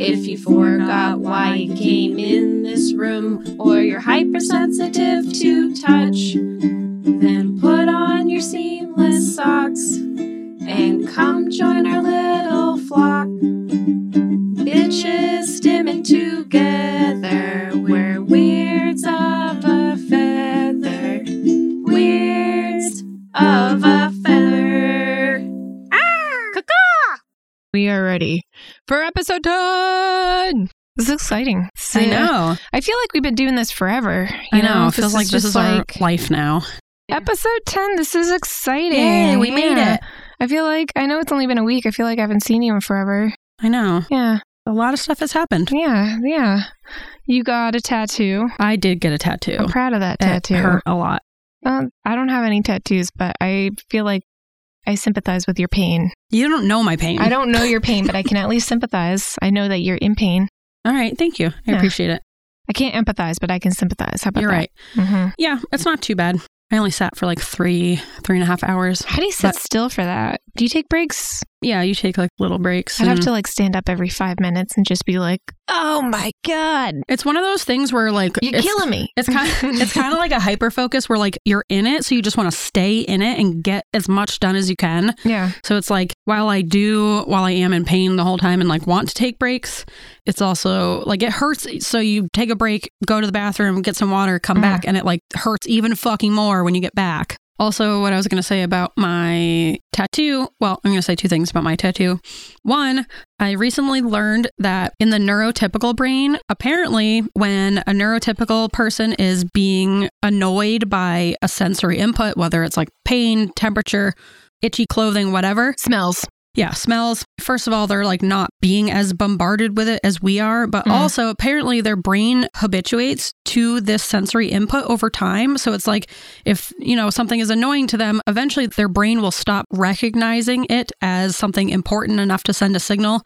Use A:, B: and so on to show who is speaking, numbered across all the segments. A: if you forgot why you came in this room or you're hypersensitive to touch, then put on your seamless socks and come join our little flock. Bitches stimming together, we're weirds of a feather. Weirds of a feather.
B: Ah!
C: We are ready for episode 10. This is exciting.
B: I know.
C: I feel like we've been doing this forever. You
B: I know. It
C: this
B: feels like this
C: just
B: is our life now.
C: episode 10. This is exciting.
B: Yay, we made it.
C: I feel like, I know it's only been a week. I feel like I haven't seen you in forever.
B: I know.
C: Yeah.
B: A lot of stuff has happened.
C: Yeah. Yeah. You got a tattoo.
B: I did get a tattoo.
C: I'm proud of that
B: It
C: tattoo.
B: hurt a lot.
C: Um, I don't have any tattoos, but I feel like I sympathize with your pain.
B: You don't know my pain.
C: I don't know your pain, but I can at least sympathize. I know that you're in pain.
B: All right. Thank you. I
C: Yeah.
B: appreciate it.
C: I can't empathize, but I can sympathize. How about
B: You're
C: that?
B: right.
C: Mm-hmm.
B: Yeah. It's not too bad. I only sat for like three, three and a half hours.
C: How do you sit
B: But-
C: still for that? Do you take breaks?
B: Yeah. You take like little breaks.
C: I'd have
B: and-
C: to like stand up every five minutes and just be like, "Oh my god,
B: It's one of those things where like
C: you're
B: it's,
C: killing me!"
B: It's kind of, it's kind of like a hyper focus where like you're in it, so you just want to stay in it and get as much done as you can.
C: yeah,
B: So it's like while I do while I am in pain the whole time and like want to take breaks, it's also like it hurts. So you take a break, go to the bathroom, get some water, come
C: Mhm.
B: back, and it like hurts even fucking more when you get back. Also, what I was gonna say about my tattoo. Well, I'm gonna say two things about my tattoo. One, I recently learned that in the neurotypical brain, apparently, when a neurotypical person is being annoyed by a sensory input, whether it's like pain, temperature, itchy clothing, whatever,
C: smells.
B: yeah, smells. First of all, they're like not being as bombarded with it as we are, but
C: Mhm.
B: also apparently their brain habituates to this sensory input over time. So it's like if, you know, something is annoying to them, eventually their brain will stop recognizing it as something important enough to send a signal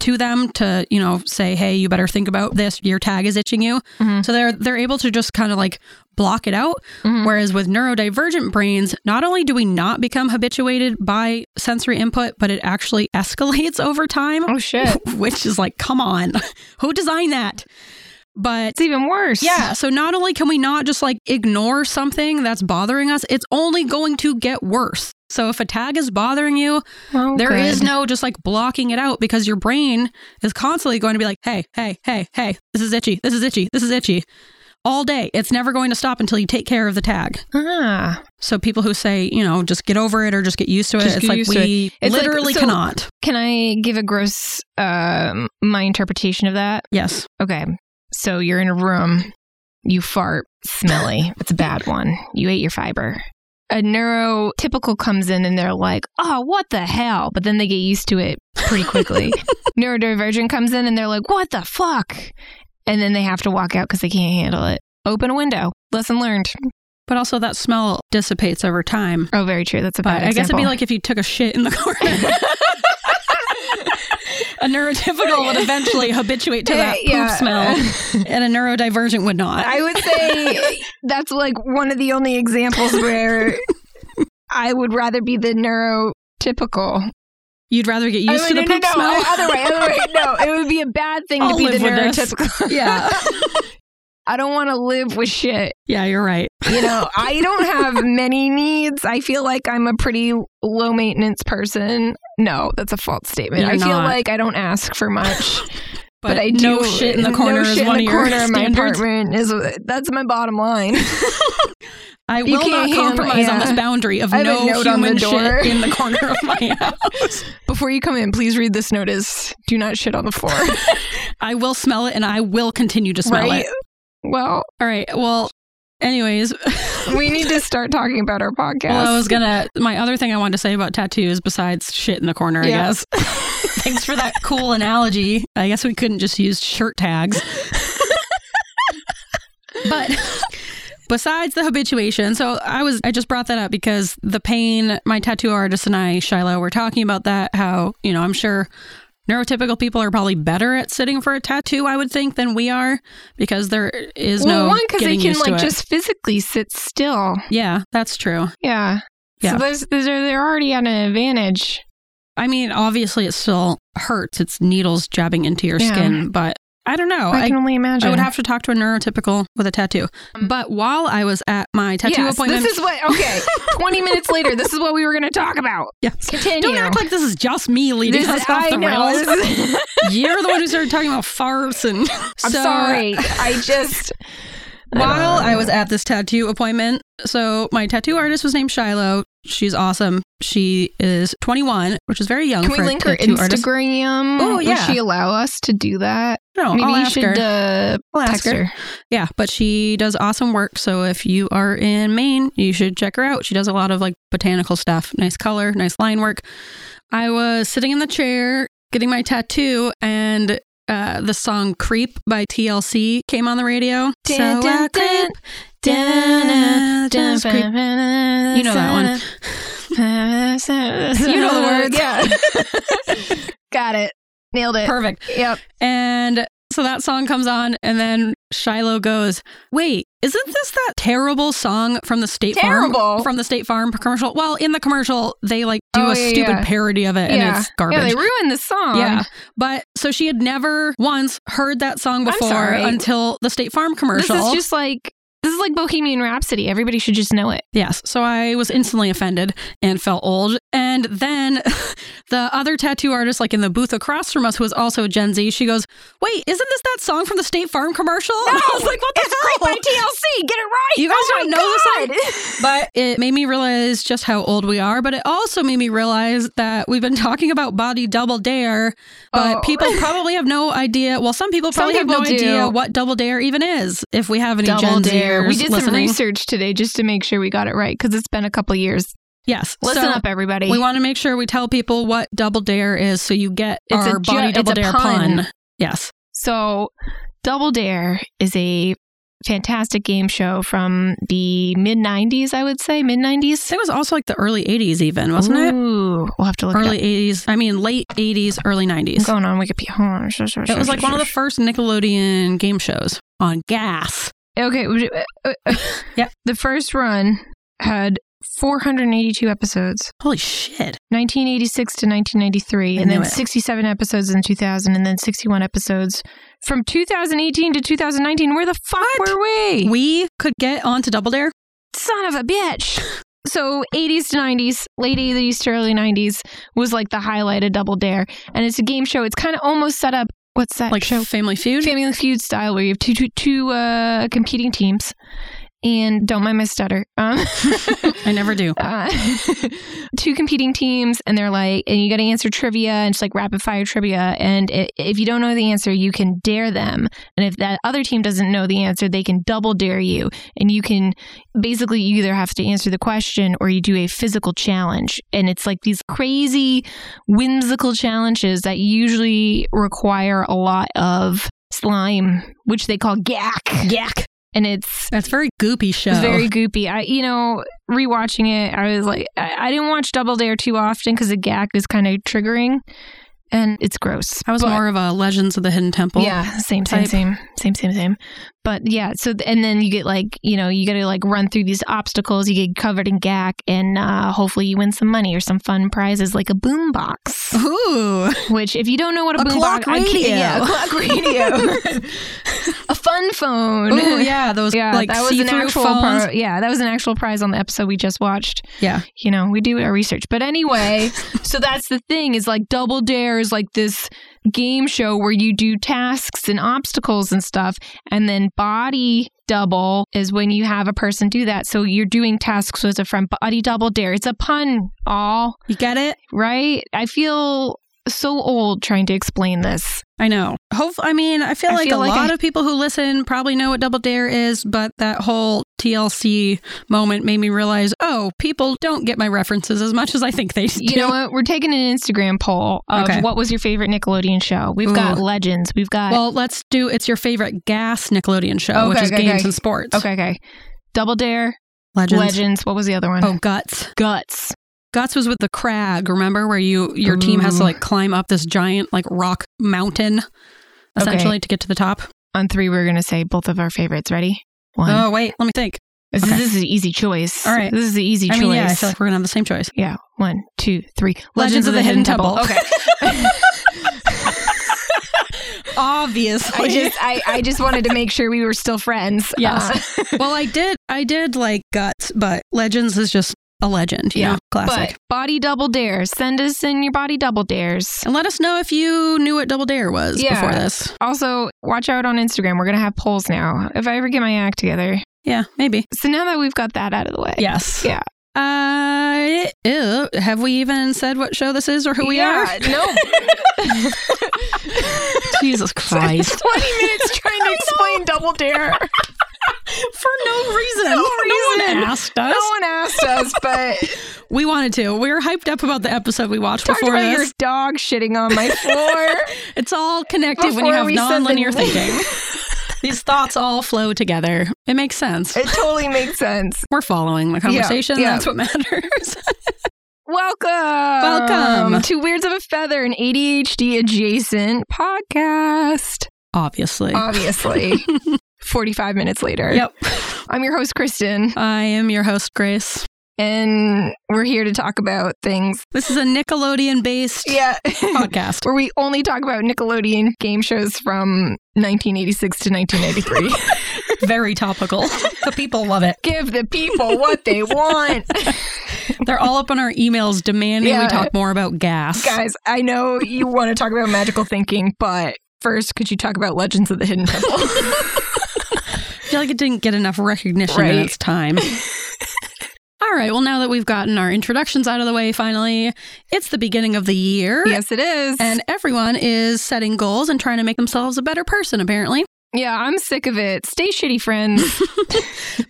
B: to them to, you know, say, "Hey, you better think about this. Your tag is itching you."
C: Mhm.
B: So they're they're able to just kind of like block it out
C: Mhm.
B: Whereas with neurodivergent brains, not only do we not become habituated by sensory input, but it actually escalates over time,
C: Oh shit,
B: which is like, come on, who designed that? But
C: it's even worse.
B: yeah, so not only can we not just like ignore something that's bothering us, it's only going to get worse. So if a tag is bothering you,
C: Oh,
B: there
C: good.
B: is no just like blocking it out because your brain is constantly going to be like, hey, hey, hey, hey, this is itchy, this is itchy, this is itchy. All day. It's never going to stop until you take care of the tag.
C: Ah.
B: So people who say, you know, just get over it or just get used to it,
C: Just
B: it's
C: get
B: like
C: used to
B: we
C: It's like-
B: literally
C: so-
B: cannot.
C: Can I give a gross um my interpretation of that?
B: Yes.
C: Okay. So you're in a room, you fart, smelly. it's a bad one. You ate your fiber. A neurotypical comes in and they're like, oh, what the hell? But then they get used to it pretty quickly. Neurodivergent comes in and they're like, what the fuck? And then they have to walk out because they can't handle it. Open a window. Lesson learned.
B: But also that smell dissipates over time.
C: Oh, very true. That's a bad
B: But I guess it'd
C: example.
B: be like if you took a shit in the corner. a neurotypical would eventually habituate to that poop
C: Eh, Yeah.
B: smell, and a neurodivergent would not.
C: I would say that's like one of the only examples where I would rather be the neurotypical.
B: You'd rather get used
C: I
B: to the
C: mean, no,
B: poop
C: no, no,
B: smell.
C: Other way, other way. No, it would be a bad thing
B: I'll
C: to be the
B: live with this.
C: neurotypical.
B: yeah.
C: I don't want to live with shit.
B: Yeah, you're right.
C: You know, I don't have many needs. I feel like I'm a pretty low maintenance person. No, that's a false statement.
B: You're
C: I feel
B: not.
C: like I don't ask for much,
B: But,
C: I do.
B: no shit in the corner
C: no shit
B: is
C: in
B: one
C: the
B: of your
C: corner of my
B: standards.
C: apartment is that's my bottom line.
B: I
C: You
B: will
C: can't
B: not
C: handle-
B: compromise on
C: yeah.
B: this boundary of
C: I have a
B: no
C: note on the
B: human
C: door.
B: shit in the corner of my house.
C: Before you come in, please read this notice. Do not shit on the floor.
B: I will smell it and I will continue to smell
C: right?
B: it.
C: Well,
B: All right. Well, Anyways,
C: We need to start talking about our podcast.
B: well, I was gonna. My other thing I wanted to say about tattoos, besides shit in the corner, I
C: Yeah.
B: guess. Thanks for that cool analogy. I guess we couldn't just use shirt tags. but besides the habituation, so I was I just brought that up because the pain my tattoo artist and I, Shiloh, were talking about that, how, you know, I'm sure neurotypical people are probably better at sitting for a tattoo, I would think, than we are, because there is
C: well,
B: no
C: one because they
B: getting
C: can
B: used to
C: like
B: it.
C: just physically sit still.
B: Yeah, that's true.
C: Yeah.
B: Yeah.
C: So there's, they're, they're already at an advantage.
B: I mean, obviously it still hurts. It's needles jabbing into your
C: Yeah.
B: skin, but I don't know.
C: I
B: I,
C: can only imagine. Um,
B: I would have to talk to a neurotypical with a tattoo. But while I was at my tattoo
C: Yes,
B: appointment,
C: This is what, okay, 20 minutes later, this is what we were going to talk about.
B: Yes.
C: Continue.
B: don't act like this is just me leading
C: This-
B: us off
C: I
B: the
C: know.
B: rails.
C: this is-
B: You're the one who started talking about farts and.
C: I'm
B: So,
C: sorry. I just.
B: While I was at this tattoo appointment, so my tattoo artist was named Shiloh. She's awesome. She is 21, which is very young
C: Can
B: for
C: we link
B: a
C: her
B: tattoo artist.
C: Instagram?
B: Oh,
C: Would
B: yeah.
C: she allow us to do that?
B: No,
C: Maybe
B: I'll
C: you
B: ask
C: should
B: her.
C: uh,
B: I'll ask
C: text her.
B: Yeah, but she does awesome work. So if you are in Maine, you should check her out. She does a lot of like botanical stuff, nice color, nice line work. I was sitting in the chair getting my tattoo, and uh, the song Creep by TLC came on the radio. so I creep. Just creep. You know that one.
C: one.
B: You know the words.
C: Yeah. Got it. Nailed it.
B: Perfect.
C: Yep.
B: And so that song comes on, and then Shiloh goes, "Wait, isn't this that terrible song from the State
C: Terrible?
B: Farm from the State Farm commercial?" Well, in the commercial, they like do
C: Oh,
B: a
C: yeah,
B: stupid
C: yeah.
B: parody of it, and
C: Yeah.
B: it's garbage.
C: Yeah, they ruined the song.
B: Yeah. but so she had never once heard that song
C: I'm
B: before
C: sorry.
B: until the State Farm commercial.
C: This is just like this is like Bohemian Rhapsody. Everybody should just know it.
B: Yes. So I was instantly offended and felt old. And then the other tattoo artist, like in the booth across from us, who was also a Gen Z, she goes, Wait, isn't this that song from the State Farm commercial? And I was like, What the hell?
C: TLC. Get it right.
B: You guys don't know
C: this
B: but it made me realize just how old we are, but it also made me realize that we've been talking about body double dare, but
C: Oh.
B: people probably have no idea. Well, some people
C: Some
B: probably
C: people
B: have no
C: do.
B: idea what double dare even is. If we have any
C: Double
B: Gen
C: dare.
B: Zers
C: We did some
B: listening.
C: research today just to make sure we got it right because it's been a couple years.
B: Yes.
C: Listen
B: So-
C: up, everybody.
B: We want to make sure we tell people what double dare is so you get
C: It's a
B: our
C: ju-
B: body
C: it's
B: double
C: a
B: dare
C: pun.
B: pun. Yes.
C: So, Double Dare is a fantastic game show from the mid 90s, I would say. Mid 90s?
B: It was also like the early 80s even, wasn't it?
C: Ooh, we'll have to look
B: Early
C: it up.
B: 80s. I mean, late 80s, early
C: I'm
B: 90s.
C: going on Wikipedia. Hold on. Shush, shush,
B: It was
C: shush,
B: like one of the
C: shush.
B: first Nickelodeon game shows on gas.
C: Okay. would you- uh, uh,
B: Yeah.
C: The first run had 482 episodes,
B: Holy shit.
C: 1986 to 1993,
B: I
C: and then
B: knew it.
C: 67 episodes in 2000, and then 61 episodes from 2018 to 2019. Where the fuck were we?
B: We could get onto Double Dare.
C: son of a bitch. So 80s to 90s, late 80s to early 90s was like the highlight of Double Dare. And it's a game show. It's kind of almost set up. What's that
B: Like
C: show?
B: Family Feud.
C: Family Feud style where you have two, two, two uh, competing teams. And don't mind my stutter. Um,
B: I never do.
C: uh, two competing teams, and they're like, and you got to answer trivia, and it's like rapid fire trivia. And i if you don't know the answer, you can dare them, and if that other team doesn't know the answer, they can double dare you, and you can basically you either have to answer the question or you do a physical challenge, and it's like these crazy, whimsical challenges that usually require a lot of slime, which they call gack,
B: Yak.
C: and it's
B: That's very goopy show.
C: it was very goopy. I, you know, rewatching it, I was like, I, I didn't watch Double Dare too often because the gag is kind of triggering, and it's gross.
B: I was
C: But-
B: more of a Legends of the Hidden Temple.
C: yeah, same, same,
B: type.
C: same, same, same, same. But yeah, so th- and then you get like you know you got to like run through these obstacles. You get covered in gack, and uh, hopefully you win some money or some fun prizes like a boom box.
B: Ooh.
C: Which, if you don't know what a,
B: A
C: boom
B: clock
C: box, I can't-
B: radio.
C: yeah, a clock radio, a fun phone.
B: Ooh, yeah. Those
C: Yeah,
B: like
C: that was
B: see-through
C: an actual
B: phones.
C: pri- yeah, that was an actual prize on the episode we just watched.
B: Yeah.
C: You know, we do our research. But anyway, so that's the thing is like Double Dare is like this game show where you do tasks and obstacles and stuff and then body double is when you have a person do that. So you're doing tasks with a friend body double dare. It's a pun all
B: You get it?
C: right? I feel so old trying to explain this.
B: I know. Hope I mean, I feel
C: I
B: like
C: feel
B: a
C: like
B: lot
C: I-
B: of people who listen probably know what Double Dare is, but that whole TLC moment made me realize, oh, people don't get my references as much as I think they do.
C: You know what? We're taking an Instagram poll of
B: Okay.
C: what was your favorite Nickelodeon show. We've got
B: Ooh.
C: legends. We've got
B: Well, let's do it's your favorite gas Nickelodeon show, which
C: Okay,
B: is
C: okay,
B: games
C: okay.
B: and sports.
C: okay, okay, Double Dare,
B: Legends.
C: legends. What was the other one?
B: Oh, guts.
C: Guts.
B: Guts was with the crag, remember where you your team has to
C: Ooh.
B: like climb up this giant like rock mountain essentially to get to the top.
C: On three, we're gonna say both of our favorites. Ready? One.
B: Oh, wait, let me think.
C: this,
B: okay.
C: this is an easy choice.
B: All right.
C: This is the easy
B: I
C: choice.
B: mean, yeah, I feel like we're going to have the same choice.
C: Yeah, one, two, three.
B: Legends of the Hidden Temple.
C: Okay.
B: Obviously.
C: I just, I, I just wanted to make sure we were still friends.
B: Yes.
C: Uh,
B: well, I did. I did like guts, but legends is just a legend. You
C: Yeah,
B: know, classic.
C: but body double dares. Send us in your body double dares.
B: and let us know if you knew what Double Dare was
C: Yeah.
B: before this.
C: Also, watch out on Instagram. We're gonna have polls now. If I ever get my act together.
B: Yeah, maybe.
C: So now that we've got that out of the way.
B: Yes.
C: Yeah.
B: Uh, ew, have we even said what show this is or who we
C: Yeah, No.
B: are? Jesus Christ.
C: Twenty minutes trying to explain double dare.
B: For no reason.
C: No reason.
B: one asked
C: No
B: us.
C: one asked us, but
B: We wanted to. We were hyped up about the episode we watched
C: talked
B: before
C: about
B: this.
C: your dog shitting on my floor.
B: It's all connected when you
C: Before
B: have
C: we said the
B: nonlinear
C: name.
B: thinking. These thoughts all flow together. It makes sense.
C: It totally makes sense.
B: We're following the conversation.
C: yeah.
B: That's what matters.
C: Welcome.
B: Welcome.
C: to Weirds of a Feather, an ADHD adjacent podcast.
B: Obviously.
C: Obviously. 45 minutes later.
B: yep. Uh,
C: I'm your host, Kristen,
B: I am your host, Grace.
C: and we're here to talk about things.
B: This is a Nickelodeon based
C: Yeah.
B: podcast.
C: Where we only talk about Nickelodeon game shows from 1986 to 1993.
B: Very topical. The people love it.
C: Give the people what they want.
B: They're all up on our emails demanding
C: Yeah.
B: we talk more about gas.
C: Guys, I know you want to talk about magical thinking, but first, could you talk about Legends of the Hidden Temple?
B: I feel like it didn't get enough recognition in
C: Right.
B: its time. All right. Well, now that we've gotten our introductions out of the way, finally, it's the beginning of the year.
C: yes, it is.
B: And everyone is setting goals and trying to make themselves a better person, apparently.
C: Yeah, I'm sick of it. Stay shitty friends.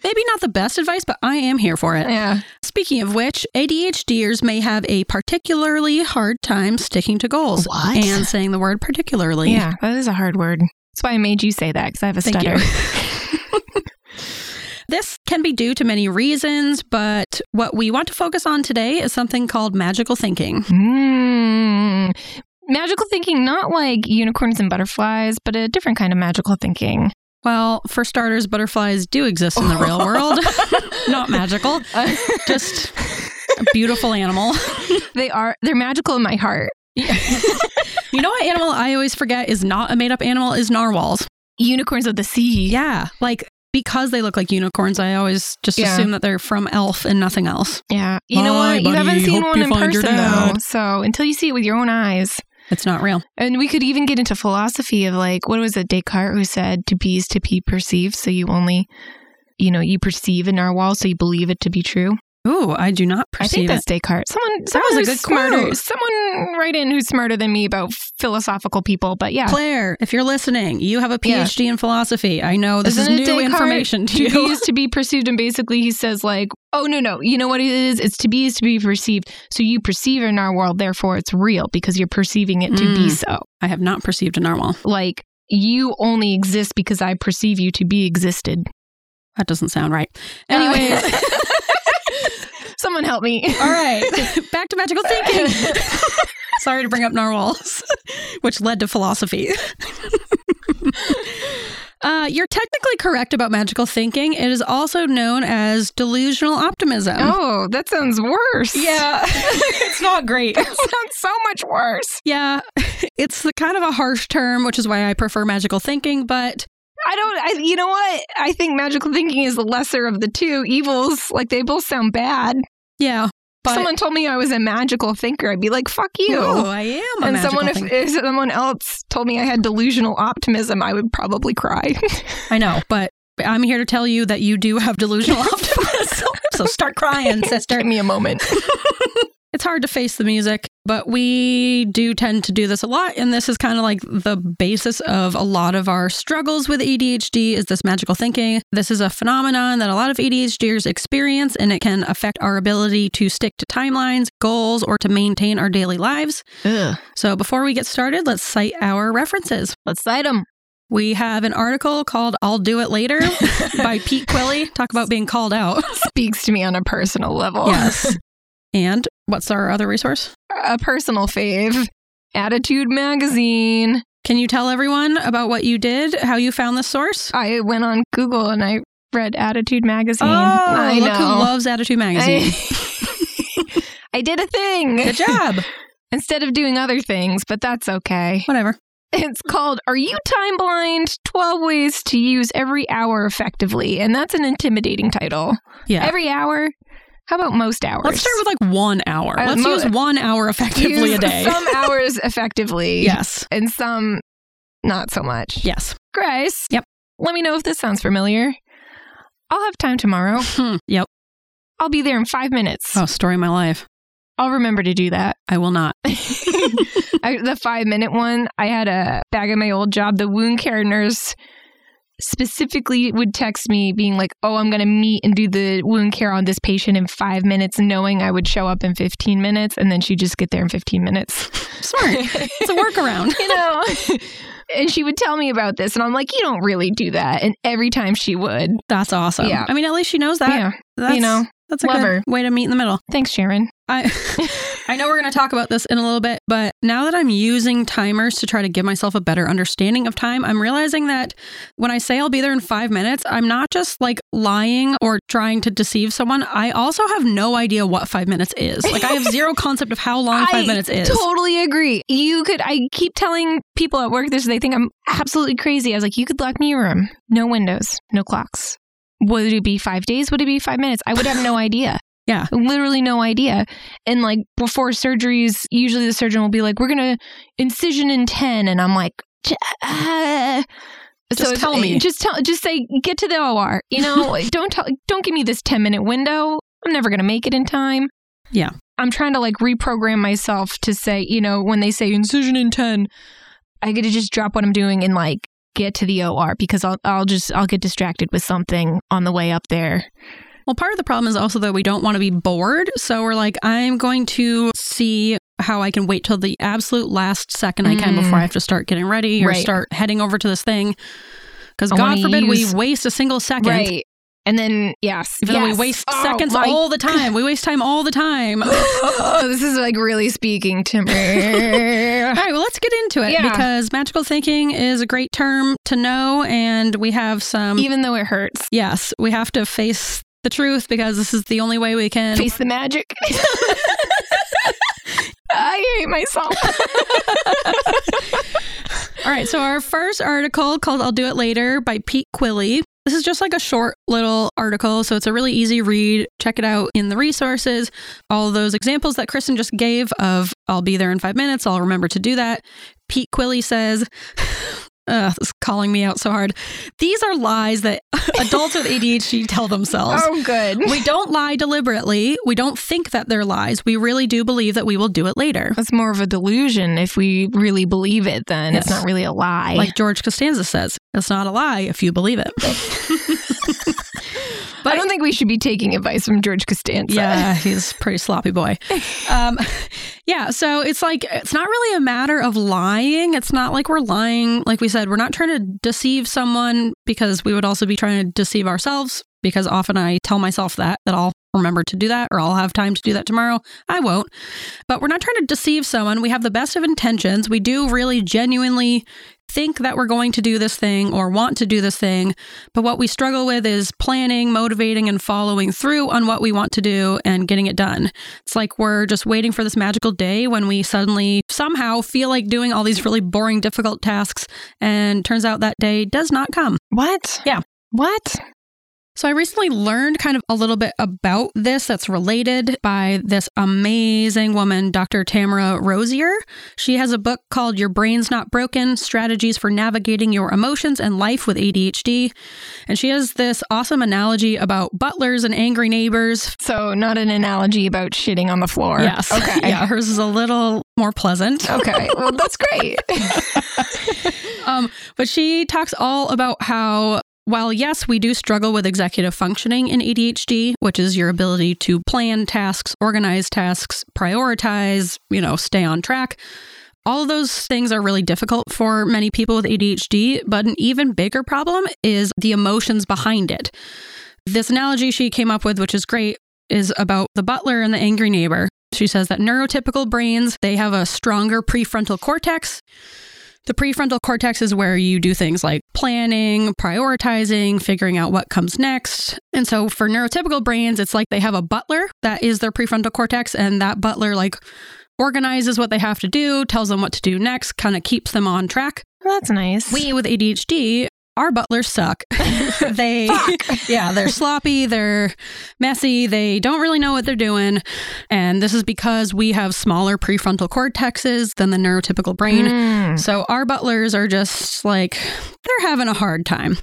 B: Maybe not the best advice, but I am here for it.
C: yeah.
B: Speaking of which, ADHDers may have a particularly hard time sticking to goals.
C: What?
B: And saying the word particularly.
C: Yeah, that is a hard word. That's why I made you say that because I have a
B: Thank
C: stutter.
B: This can be due to many reasons, but what we want to focus on today is something called magical thinking.
C: Mm. Magical thinking, not like unicorns and butterflies, but a different kind of magical thinking.
B: Well, for starters, butterflies do exist in the real world. Not magical,
C: Uh,
B: just a beautiful animal.
C: they are they're magical in my heart.
B: You know what animal I always forget is not a made up animal is narwhals.
C: Unicorns of the sea.
B: Yeah. Like because they look like unicorns, I always just
C: Yeah.
B: assume that they're from elf and nothing else.
C: Yeah. You know
B: Hi,
C: what? you haven't
B: buddy.
C: seen
B: Hope
C: one
B: you
C: in
B: find your
C: person though.
B: dad.
C: So until you see it with your own eyes.
B: It's not real.
C: And we could even get into philosophy of like, what was it, Descartes who said, to be is to be perceived. So you only, you know, you perceive a narwhal, so you believe it to be true.
B: Ooh, I do not
C: I think
B: perceive
C: that's Descartes. Someone,
B: That
C: someone
B: was a
C: who's
B: good
C: smarter,
B: quote.
C: someone right in who's smarter than me about philosophical people. But yeah,
B: it. Claire, if you're listening, you have a
C: Yeah.
B: PhD in philosophy. I know this
C: Isn't it
B: is new
C: Descartes?
B: information to
C: to be
B: you.
C: is to be perceived. And basically he says like, oh, no, no, you know what it is? It's to be is to be perceived. So you perceive a narwhal, therefore it's real because you're perceiving it to be
B: Mm.
C: so.
B: I have not perceived a narwhal.
C: Like, you only exist because I perceive you to be existed.
B: That doesn't sound right.
C: Uh,
B: Anyways,
C: someone help me.
B: all right, back to magical thinking. Sorry to bring up narwhals, which led to philosophy. uh, you're technically correct about magical thinking. It is also known as delusional optimism.
C: Oh, that sounds worse.
B: it's not great.
C: That sounds so much worse.
B: Yeah, it's the kind of a harsh term, which is why I prefer magical thinking. But
C: I don't, I, you know what? I think magical thinking is the lesser of the two evils. Like, they both sound bad.
B: yeah,
C: If
B: but
C: someone told me I was a magical thinker, I'd be like, fuck you.
B: Ooh, I am. A
C: and
B: magical
C: someone, if,
B: thinker.
C: if someone else told me I had delusional optimism, I would probably cry.
B: I know, but I'm here to tell you that you do have delusional optimism. so start crying, sister.
C: Give me a moment.
B: It's hard to face the music. But we do tend to do this a lot. And this is kind of like the basis of a lot of our struggles with ADHD is this magical thinking. This is a phenomenon that a lot of ADHDers experience, and it can affect our ability to stick to timelines, goals, or to maintain our daily lives.
C: Ugh.
B: So before we get started, let's cite our references.
C: Let's cite them.
B: We have an article called I'll Do It Later by Pete Quilly. Talk about being called out.
C: Speaks to me on a personal level.
B: Yes. And what's our other resource?
C: A personal fave. Attitude Magazine.
B: Can you tell everyone about what you did, how you found the source?
C: I went on Google and I read Attitude Magazine. Oh, I
B: Oh, look who
C: know.
B: loves Attitude Magazine.
C: I, I did a thing.
B: Good job.
C: Instead of doing other things, but that's okay.
B: Whatever.
C: It's called Are You Time Blind? 12 Ways to Use Every Hour Effectively. And that's an intimidating title.
B: Yeah.
C: Every hour? How about most hours?
B: Let's start with like one hour.
C: Uh,
B: Let's
C: mo-
B: use one hour effectively
C: Use
B: a day.
C: Some hours effectively.
B: yes.
C: And some not so much.
B: Yes.
C: Grace.
B: Yep.
C: Let me know if this sounds familiar. I'll have time tomorrow.
B: Hmm. Yep.
C: I'll be there in five minutes.
B: Oh, story of my life.
C: I'll remember to do that.
B: I will not.
C: I, the five minute one, I had a back at my old job. The wound care nurse specifically would text me being like, Oh, I'm going to meet and do the wound care on this patient in five minutes, knowing I would show up in 15 minutes. And then she'd just get there in 15 minutes.
B: Smart. It's a workaround.
C: you know? and she would tell me about this. And I'm like, You don't really do that. And every time she would.
B: That's awesome.
C: Yeah.
B: I mean, at least she knows that.
C: yeah.
B: That's,
C: you know,
B: that's a
C: love
B: good
C: her.
B: way to meet in the middle.
C: Thanks, Sharon.
B: I I know we're going to talk about this in a little bit, but now that I'm using timers to try to give myself a better understanding of time, I'm realizing that when I say I'll be there in 5 minutes, I'm not just like lying or trying to deceive someone. I also have no idea what 5 minutes is. Like I have zero concept of how long 5
C: I
B: minutes is.
C: Totally agree. You could. I keep telling people at work this. They think I'm absolutely crazy. I was like, you could lock me in a room, no windows, no clocks. Would it be five days? Would it be five minutes? I would have no idea.
B: Yeah.
C: literally no idea. And like before surgeries, usually the surgeon will be like, "We're gonna incision in 10. and I'm like, "J- uh,
B: Just
C: it's-
B: tell me.
C: Just tell. Just say, get to the OR. You know, don't tell. Don't give me this ten minute window. I'm never gonna make it in time.
B: Yeah.
C: I'm trying to like reprogram myself to say, you know, when they say incision in 10, I get to just drop what I'm doing and like get to the OR because I'll, I'll just, I'll get distracted with something on the way up there.
B: Well, part of the problem is also that we don't want to be bored. So we're like, I'm going to see how I can wait till the absolute last second I can
C: Mm.
B: before I have to start getting ready or
C: Right.
B: start heading over to this thing. Because
C: I
B: God
C: wanna
B: forbid
C: use-
B: we waste a single second.
C: And then, yes.
B: Even though
C: yes.
B: we waste
C: Oh,
B: seconds
C: my-
B: all the time. We waste time all the time. all
C: Oh, this is like really speaking to me.
B: right, well, let's get into it
C: Yeah.
B: because magical thinking is a great term to know. And we have some,
C: Even though it hurts,
B: yes, we have to face the truth because this is the only way we can
C: face the magic. I hate myself.
B: All right, so our first article called I'll Do It Later by Pete Quilly. This is just like a short little article, so it's a really easy read. Check it out in the resources. All those examples that Kristen just gave of I'll be there in five minutes, I'll remember to do that. Pete Quilly says, Ugh, this is calling me out so hard. These are lies that adults with ADHD tell themselves.
C: oh, good.
B: We don't lie deliberately. We don't think that they're lies. We really do believe that we will do it later.
C: That's more of a delusion if we really believe it, then it's
B: Yes.
C: not really a lie.
B: Like George Costanza says, it's not a lie if you believe it.
C: I don't think we should be taking advice from George Costanza.
B: Yeah, he's a pretty sloppy boy. Um, yeah, so it's like it's not really a matter of lying. It's not like we're lying. Like we said, we're not trying to deceive someone because we would also be trying to deceive ourselves. Because often I tell myself that that I'll remember to do that or I'll have time to do that tomorrow. I won't. But we're not trying to deceive someone. We have the best of intentions. We do really genuinely think that we're going to do this thing or want to do this thing. But what we struggle with is planning, motivating, and following through on what we want to do and getting it done. It's like we're just waiting for this magical day when we suddenly somehow feel like doing all these really boring, difficult tasks. And turns out that day does not come.
C: What?
B: Yeah.
C: What?
B: So I recently learned kind of a little bit about this that's related by this amazing woman, Dr. Tamara Rosier. She has a book called Your Brain's Not Broken Strategies for Navigating Your Emotions and Life with ADHD. And she has this awesome analogy about butlers and angry neighbors.
C: So, not an analogy about shitting on the floor.
B: Yes.
C: Okay.
B: Yeah, hers is a little more pleasant.
C: Okay. Well, that's great.
B: um, but she talks all about how while yes, we do struggle with executive functioning in ADHD, which is your ability to plan tasks, organize tasks, prioritize, you know, stay on track. All those things are really difficult for many people with ADHD, but an even bigger problem is the emotions behind it. This analogy she came up with, which is great, is about the butler and the angry neighbor. She says that neurotypical brains, they have a stronger prefrontal cortex. The prefrontal cortex is where you do things like planning, prioritizing, figuring out what comes next. And so for neurotypical brains, it's like they have a butler that is their prefrontal cortex, and that butler like organizes what they have to do, tells them what to do next, kind of keeps them on track.
C: that's nice.
B: We with ADHD, our butlers suck. they yeah, they're sloppy, they're messy, they don't really know what they're doing. And this is because we have smaller prefrontal cortexes than the neurotypical brain.
C: Mm.
B: So our butlers are just like, they're having a hard time.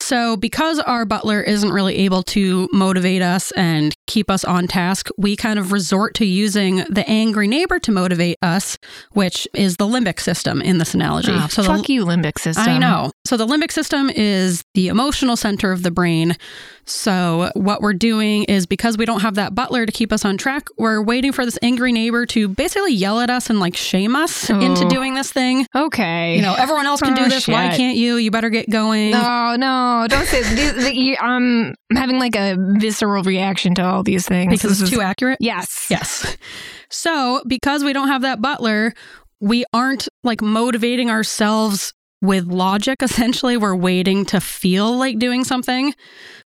B: So because our butler isn't really able to motivate us and keep us on task, we kind of resort to using the angry neighbor to motivate us, which is the limbic system in this analogy.
C: Ah,
B: so the-
C: fuck you, limbic system.
B: I know. So the limbic system is the emotional center of the brain. So what we're doing is because we don't have that butler to keep us on track, we're waiting for this angry neighbor to basically yell at us and like shame us into
C: Oh.
B: doing this thing.
C: Okay.
B: You know, everyone else can do
C: Oh,
B: this. Why
C: shit.
B: can't you? You better get going.
C: No, no, don't say this. This- you- I'm having like a visceral reaction to all these things.
B: Because
C: This
B: it's
C: is-
B: too accurate.
C: Yes.
B: Yes. So, because we don't have that butler, we aren't like motivating ourselves with logic. Essentially, we're waiting to feel like doing something,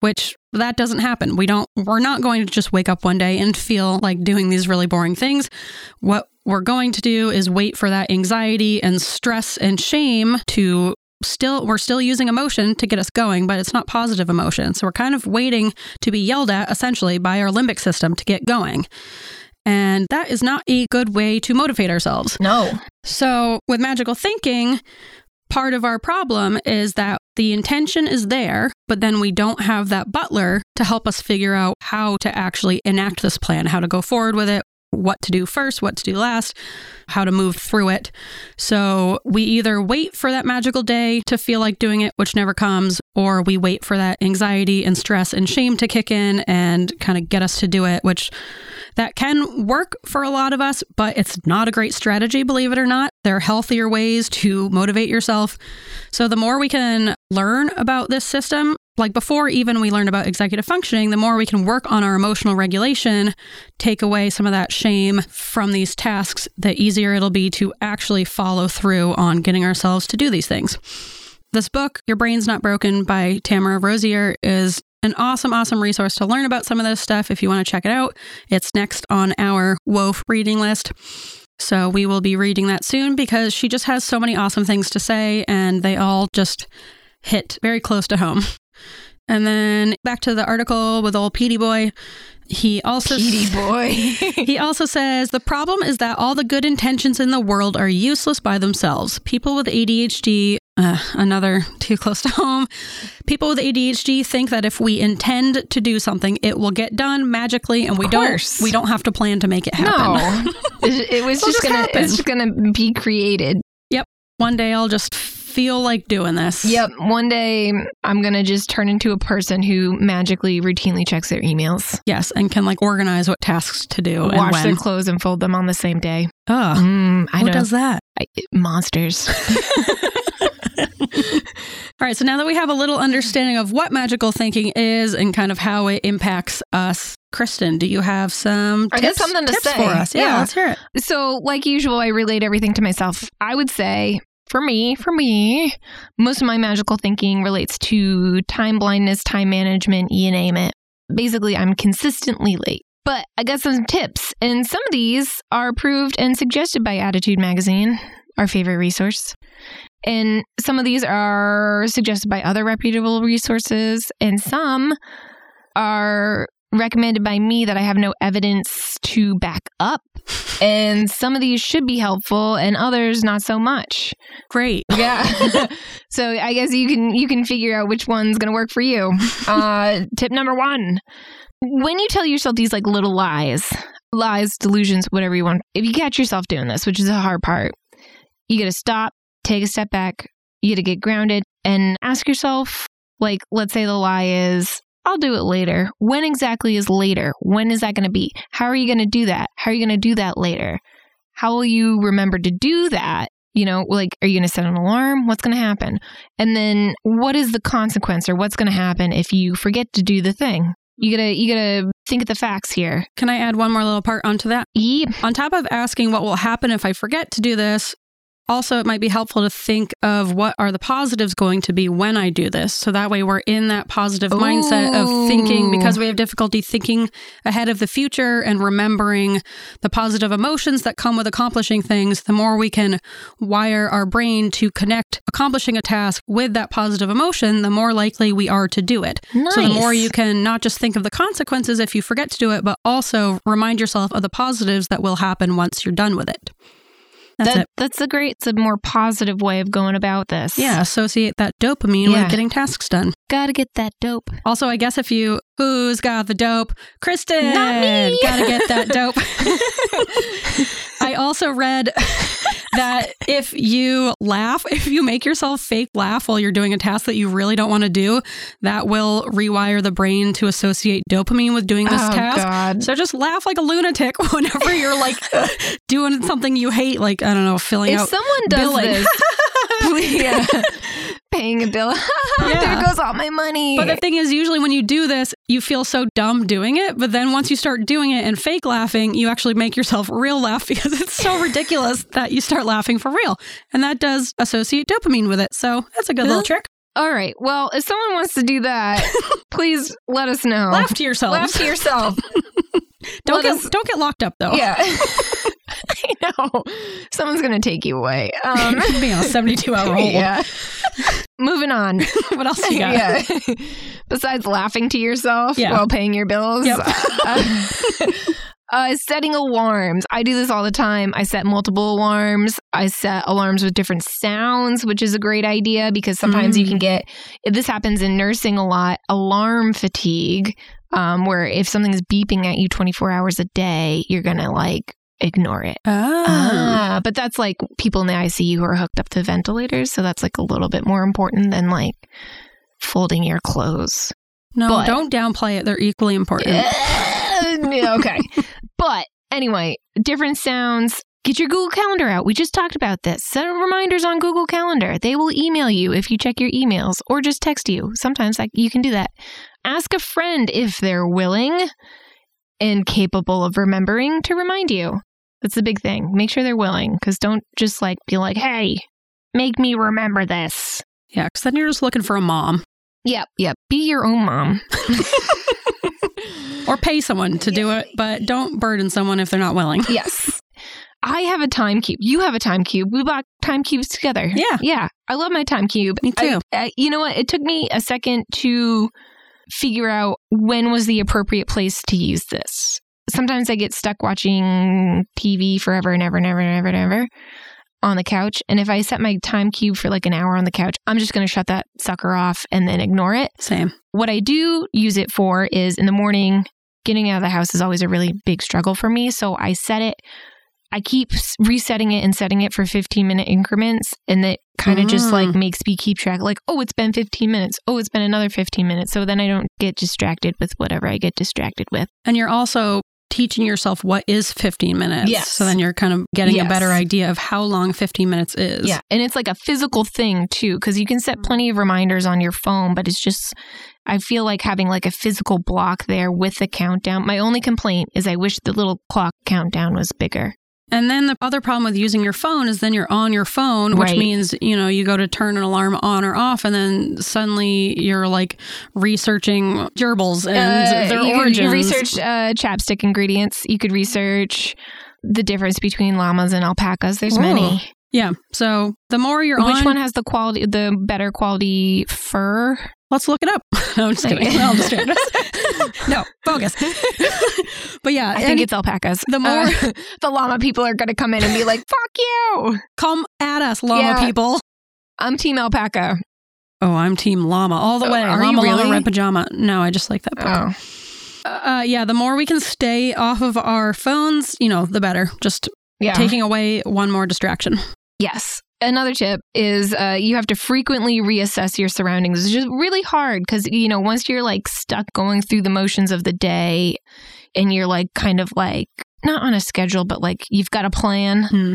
B: which that doesn't happen. We don't, we're not going to just wake up one day and feel like doing these really boring things. What we're going to do is wait for that anxiety and stress and shame to still we're still using emotion to get us going but it's not positive emotion so we're kind of waiting to be yelled at essentially by our limbic system to get going and that is not a good way to motivate ourselves
C: No.
B: so, with magical thinking, part of our problem is that the intention is there, but then we don't have that butler to help us figure out how to actually enact this plan, how to go forward with it, what to do first, what to do last, how to move through it. So, we either wait for that magical day to feel like doing it, which never comes, or we wait for that anxiety and stress and shame to kick in and kind of get us to do it, which that can work for a lot of us, but it's not a great strategy, believe it or not. There are healthier ways to motivate yourself. So, the more we can learn about this system, like before even we learn about executive functioning, the more we can work on our emotional regulation, take away some of that shame from these tasks, the easier it'll be to actually follow through on getting ourselves to do these things. This book, Your Brain's Not Broken by Tamara Rosier, is an awesome, awesome resource to learn about some of this stuff if you want to check it out. It's next on our WOF reading list. So we will be reading that soon because she just has so many awesome things to say and they all just hit very close to home. And then back to the article with old Petey Boy. He also
C: Petey boy.
B: he also says the problem is that all the good intentions in the world are useless by themselves. People with ADHD, uh, another too close to home, people with ADHD think that if we intend to do something, it will get done magically, and we don't
C: course.
B: we don't have to plan to make it happen.
C: no. It, it was
B: It'll just
C: just gonna.
B: happen.
C: It's just gonna be created.
B: One day I'll just feel like doing this.
C: Yep. One day I'm gonna just turn into a person who magically routinely checks their emails,
B: Yes, and can like organize what tasks to do Oh, and
C: wash
B: when.
C: their clothes, and fold them on the same day.
B: Ugh,
C: Mm, I
B: who
C: know.
B: does that?
C: I, monsters.
B: All right, so now that we have a little understanding of what magical thinking is and kind of how it impacts us, Kristen, do you have some
C: I got
B: tips,
C: something to
B: tips
C: say.
B: for us? Yeah,
C: Yeah.
B: let's hear it.
C: So, like usual, I relate everything to myself. I would say, for me, for me, most of my magical thinking relates to time blindness, time management, you name it. Basically, I'm consistently late. But I got some tips, and some of these are approved and suggested by Attitude Magazine, our favorite resource. And some of these are suggested by other reputable resources, and some are recommended by me that I have no evidence to back up. And some of these should be helpful, and others not so much.
B: Great.
C: Yeah. so I guess you can you can figure out which one's going to work for you. Uh, tip number one: when you tell yourself these like little lies, lies, delusions, whatever you want, if you catch yourself doing this, which is the hard part, you got to stop, take a step back, you got to get grounded, and ask yourself. Like, let's say the lie is, I'll do it later. When exactly is later? When is that going to be? How are you going to do that? How are you going to do that later? How will you remember to do that? You know, like, are you going to set an alarm? What's going to happen? And then what is the consequence or what's going to happen if you forget to do the thing? You gotta, you gotta think of the facts here.
B: Can I add one more little part onto that?
C: Yep.
B: On top of asking what will happen if I forget to do this, also it might be helpful to think of what are the positives going to be when I do this. So that way we're in that positive mindset of thinking because we have difficulty thinking ahead of the future and remembering the positive emotions that come with accomplishing things. The more we can wire our brain to connect accomplishing a task with that positive emotion, the more likely we are to do it.
C: Nice.
B: So the more you can not just think of the consequences if you forget to do it, but also remind yourself of the positives that will happen once you're done with it. That's
C: that,
B: it.
C: that's a great, it's a more positive way of going about this.
B: Yeah, associate that dopamine
C: Yeah.
B: with getting tasks done.
C: Gotta get that dope.
B: Also, I guess if you who's got the dope, Kristen,
C: Not me.
B: gotta get that dope. I also read that if you laugh, if you make yourself fake laugh while you're doing a task that you really don't want to do, that will rewire the brain to associate dopamine with doing this
C: oh,
B: task.
C: God.
B: So just laugh like a lunatic whenever you're like doing something you hate, like I don't know, filling
C: If
B: out
C: someone does
B: billing.
C: this, please, paying a bill, there
B: Yeah.
C: goes all my money.
B: But the thing is, usually when you do this, you feel so dumb doing it. But then once you start doing it and fake laughing, you actually make yourself real laugh because it's so ridiculous that you start laughing for real. And that does associate dopamine with it. So that's a good little trick.
C: all right. Well, if someone wants to do that, please let us know.
B: Laugh to yourself.
C: Laugh to yourself.
B: don't
C: let
B: get
C: us-
B: don't get locked up though.
C: Yeah. I know. Someone's going to take you away. Um,
B: Be on a 72 hour hold.
C: yeah. Moving on.
B: What else you got?
C: Yeah. Besides laughing to yourself
B: Yeah.
C: while paying your bills.
B: Yep.
C: Uh, uh, setting alarms. I do this all the time. I set multiple alarms. I set alarms with different sounds, which is a great idea because sometimes you
B: Mm.
C: can get this happens in nursing a lot alarm fatigue, um, where if something is beeping at you 24 hours a day, you're going to like ignore it.
B: Ah.
C: Ah, but that's like people in the ICU who are hooked up to ventilators, so that's like a little bit more important than like folding your clothes.
B: no,
C: but-
B: don't downplay it. They're equally important.
C: Yeah, okay. but anyway, different sounds. Get your Google Calendar out. We just talked about this. Set reminders on Google Calendar. They will email you if you check your emails or just text you. Sometimes like you can do that. Ask a friend if they're willing and capable of remembering to remind you. That's the big thing. Make sure they're willing cuz don't just like be like, "Hey, make me remember this."
B: Yeah, because then you're just looking for a mom
C: Yep, yep. Be your own mom.
B: or pay someone to do it, but don't burden someone if they're not willing.
C: Yes. I have a time cube. You have a time cube. We bought time cubes together.
B: Yeah.
C: Yeah. I love my time cube.
B: Me too.
C: I- I- you know what? It took me a second to figure out when was the appropriate place to use this. Sometimes I get stuck watching TV forever and ever and ever and ever and ever on the couch. And if I set my time cube for like an hour on the couch, I'm just going to shut that sucker off and then ignore it
B: Same.
C: what I do use it for is in the morning, getting out of the house is always a really big struggle for me. So I set it, I keep s- resetting it and setting it for 15 minute increments. And that kind of just
B: Mm.
C: like makes me keep track, like, oh, it's been 15 minutes. Oh, it's been another 15 minutes. So then I don't get distracted with whatever I get distracted with.
B: And you're also teaching yourself what is 15 minutes.
C: Yes.
B: So then you're kind of getting
C: Yes.
B: a better idea of how long 15 minutes is. Mm.
C: Yeah. And it's like a physical thing too, because you can set plenty of reminders on your phone, but it's just, I feel like having like a physical block there with the countdown. My only complaint is I wish the little clock countdown was bigger.
B: And then the other problem with using your phone is then you're on your phone, which
C: Right.
B: means, you know, you go to turn an alarm on or off, and then suddenly you're like researching gerbils and
C: Uh,
B: their
C: you,
B: origins.
C: You research uh, chapstick ingredients. You could research the difference between llamas and alpacas. There's
B: Ooh.
C: many.
B: Yeah. So the more you're
C: Which
B: on,
C: one has the quality, the better quality fur?
B: let's look it up. No, I'm just kidding. I'll distract us. no, focus. but yeah,
C: I think
B: and
C: it's Uh. alpacas.
B: the more-
C: the llama people are going to come in and be like, "Fuck you!
B: come at us, llama
C: Yeah.
B: people.
C: I'm team alpaca."
B: Oh, I'm team llama all the
C: Oh,
B: way.
C: are you
B: llama,
C: really?
B: llama, red pajama. No, I just like that. book.
C: Oh,
B: Uh, yeah, the more we can stay off of our phones, you know, the better. Just
C: yeah.
B: taking away one more distraction.
C: Yes. Another tip is uh, you have to frequently reassess your surroundings. It's just really hard because, you know, once you're like stuck going through the motions of the day and you're like kind of like not on a schedule, but like you've got a plan
B: Hmm.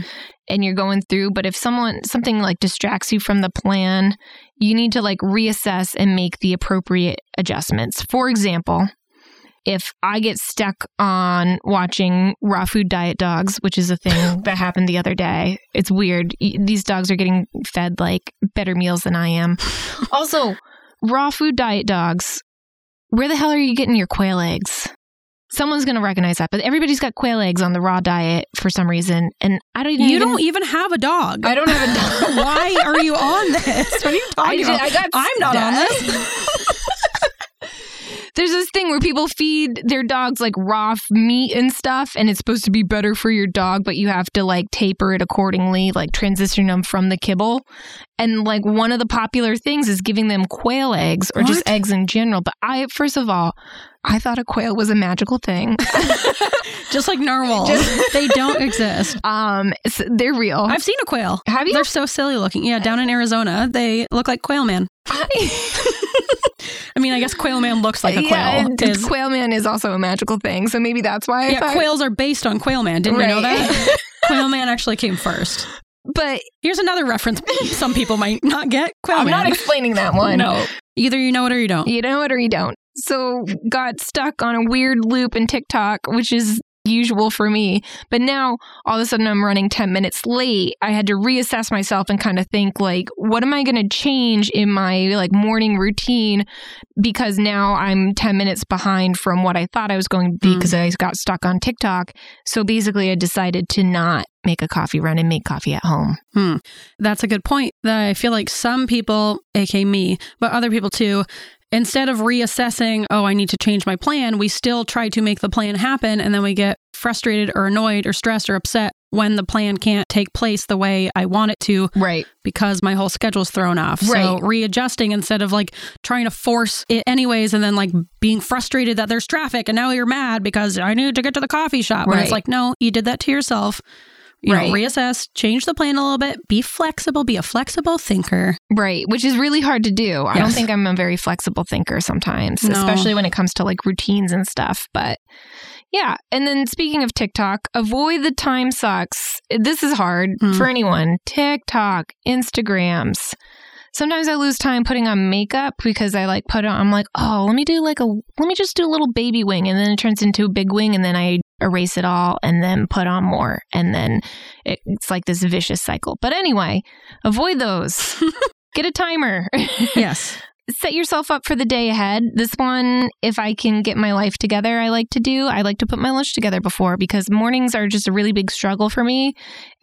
C: and you're going through. But if someone, something like distracts you from the plan, you need to like reassess and make the appropriate adjustments. For example, if I get stuck on watching raw food diet dogs, which is a thing that happened the other day, it's weird. Y- These dogs are getting fed like better meals than I am. also, raw food diet dogs, where the hell are you getting your quail eggs? Someone's going to recognize that, but everybody's got quail eggs on the raw diet for some reason. And I don't even.
B: You don't even have a dog.
C: I don't have a dog.
B: Why are you on this? What are you
C: I,
B: talking
C: did-
B: about?
C: I got
B: I'm not on
C: stuck.
B: this.
C: There's this thing where people feed their dogs like raw f- meat and stuff, and it's supposed to be better for your dog, but you have to like taper it accordingly, like transition them from the kibble. And like one of the popular things is giving them quail eggs or just
B: What?
C: eggs in general. But I, first of all, I thought a quail was a magical thing.
B: Just like narwhals, they don't exist.
C: um, s they're real.
B: I've seen a quail.
C: Have you?
B: They're so silly looking. Yeah, down in Arizona, they look like Quail Man. I mean, I guess Quail Man looks like a
C: Yeah,
B: quail.
C: and
B: Is-
C: quail man is also a magical thing, so maybe that's why. I
B: yeah,
C: thought-
B: quails are based on Quail Man. Didn't you know
C: Right.
B: that? quail Man actually came first.
C: But
B: Here's another reference some people might not get. Quail
C: I'm
B: Oh, Man.
C: not explaining that one.
B: No. Either you know it or you don't.
C: You know it or you don't. So got stuck on a weird loop in TikTok, which is usual for me. But now all of a sudden I'm running 10 minutes late. I had to reassess myself and kind of think like, what am I going to change in my like morning routine? Because now I'm 10 minutes behind from what I thought I was going to be
B: Mm.
C: because I got stuck on TikTok. So basically I decided to not make a coffee run and make coffee at home.
B: That's a good point that I feel like some people, aka me, but other people too, instead of reassessing, oh, I need to change my plan, we still try to make the plan happen and then we get frustrated or annoyed or stressed or upset when the plan can't take place the way I want it to
C: Right.
B: because my whole schedule's thrown off. So
C: Right.
B: readjusting instead of like trying to force it anyways and then like being frustrated that there's traffic and now you're mad because I need to get to the coffee shop. When it's
C: Right.
B: like, no, you did that to yourself. You
C: Right.
B: know, reassess, change the plan a little bit, be flexible, be a flexible thinker.
C: Right, which is really hard to do. I don't
B: Yes.
C: think I'm a very flexible thinker sometimes,
B: No.
C: especially when it comes to like routines and stuff. But yeah. And then speaking of TikTok, avoid the time sucks. This is hard
B: Mm.
C: for anyone. TikTok, Instagrams. Sometimes I lose time putting on makeup because I like put on, I'm like, oh, let me do like a, let me just do a little baby wing. And then it turns into a big wing. And then I erase it all and then put on more. And then it, it's like this vicious cycle. But anyway, avoid those. Get a timer.
B: yes.
C: Set yourself up for the day ahead. This one, if I can get my life together, I like to do. I like to put my lunch together before because mornings are just a really big struggle for me.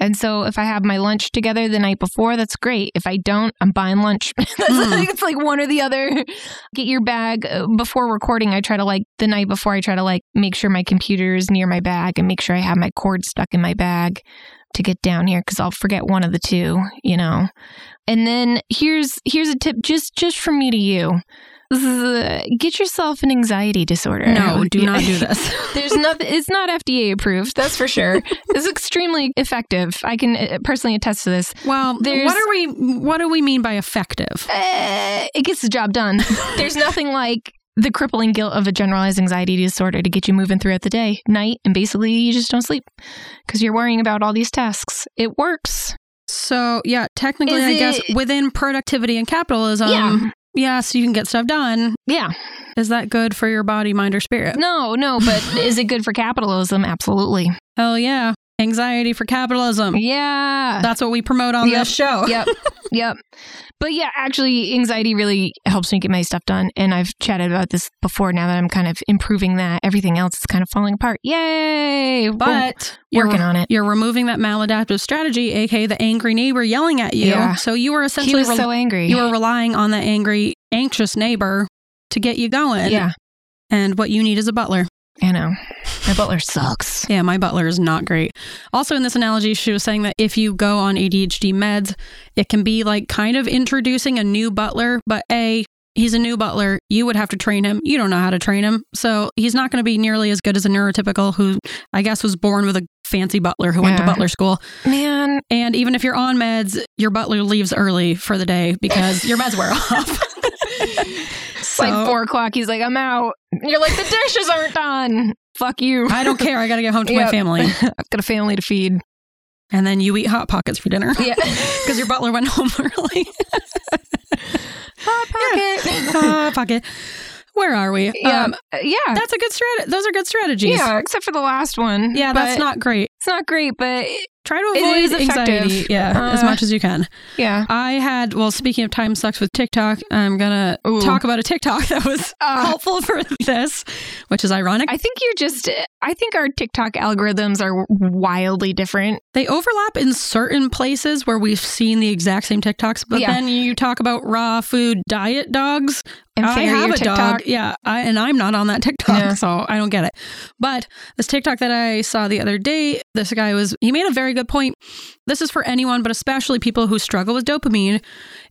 C: And so if I have my lunch together the night before, that's great. If I don't, I'm buying lunch. That's
B: Mm.
C: like- it's like one or the other. Get your bag uh, before recording. I try to like the night before, I try to like make sure my computer is near my bag and make sure I have my cord stuck in my bag to get down here because I'll forget one of the two, you know. And then here's here's a tip just just from me to you. This is a, get yourself an anxiety disorder.
B: No, do not do this.
C: There's nothing. It's not FDA approved. That's for sure. it's extremely effective. I can uh, personally attest to this.
B: Well,
C: There's-
B: what are we what do we mean by effective?
C: Uh, it gets the job done. There's nothing like the crippling guilt of a generalized anxiety disorder to get you moving throughout the day, night, and basically you just don't sleep because you're worrying about all these tasks. It works.
B: So, yeah, technically
C: Is
B: I guess
C: it-
B: within productivity and capitalism,
C: Yeah.
B: yes, you can get stuff done.
C: Yeah.
B: Is that good for your body, mind or spirit?
C: No, no, but is it good for capitalism? Absolutely.
B: Hell yeah. Anxiety for capitalism.
C: Yeah.
B: That's what we promote on
C: Yep.
B: this show.
C: yep. Yep. But yeah, actually, anxiety really helps me get my stuff done. And I've chatted about this before now that I'm kind of improving that. Everything else is kind of falling apart. Yay. We're
B: But you're-
C: working on it.
B: You're removing that maladaptive strategy, aka the angry neighbor yelling at you.
C: Yeah.
B: So you are
C: He
B: essentially
C: was so angry.
B: you are relying on that angry, anxious neighbor to get you going.
C: yeah.
B: And what you need is a butler.
C: I know. My butler sucks.
B: Yeah, my butler is not great. Also, in this analogy, she was saying that if you go on ADHD meds, it can be like kind of introducing a new butler, but A, he's a new butler. You would have to train him. You don't know how to train him. So he's not going to be nearly as good as a neurotypical who I guess was born with a fancy butler who went to
C: Yeah.
B: butler school.
C: Man.
B: And even if you're on meds, your butler leaves early for the day because your meds wear off.
C: It's like four o'clock. He's like, I'm out. And you're like, the dishes aren't done. Fuck you.
B: I don't care. I got to get home to my
C: Yep.
B: family.
C: I've got a family to feed.
B: And then you eat Hot Pockets for dinner
C: Yeah.
B: because your butler went home early.
C: Hot pocket.
B: Hot Pocket. Ah, Where are we?
C: Yeah.
B: Um,
C: yeah.
B: that's a good strategy. Those are good strategies.
C: Yeah, except for the last one.
B: Yeah,
C: But
B: that's not great.
C: It's not great, but
B: Try to
C: It
B: avoid
C: is effective.
B: anxiety. Yeah, as
C: Uh,
B: much as you can.
C: yeah.
B: I had, well, speaking of time sucks with TikTok, I'm going to
C: Ooh.
B: talk about a TikTok that was
C: Uh,
B: helpful for this, which is ironic.
C: I think you're just. I think our TikTok algorithms are wildly different.
B: They overlap in certain places where we've seen the exact same TikToks, but
C: Yeah.
B: then you talk about raw food diet dogs.
C: And
B: I
C: failure
B: have a
C: TikTok.
B: dog, yeah, I, and I'm not on that TikTok,
C: Yeah.
B: so I don't get it. But this TikTok that I saw the other day, this guy was he made a very good point. This is for anyone, but especially people who struggle with dopamine.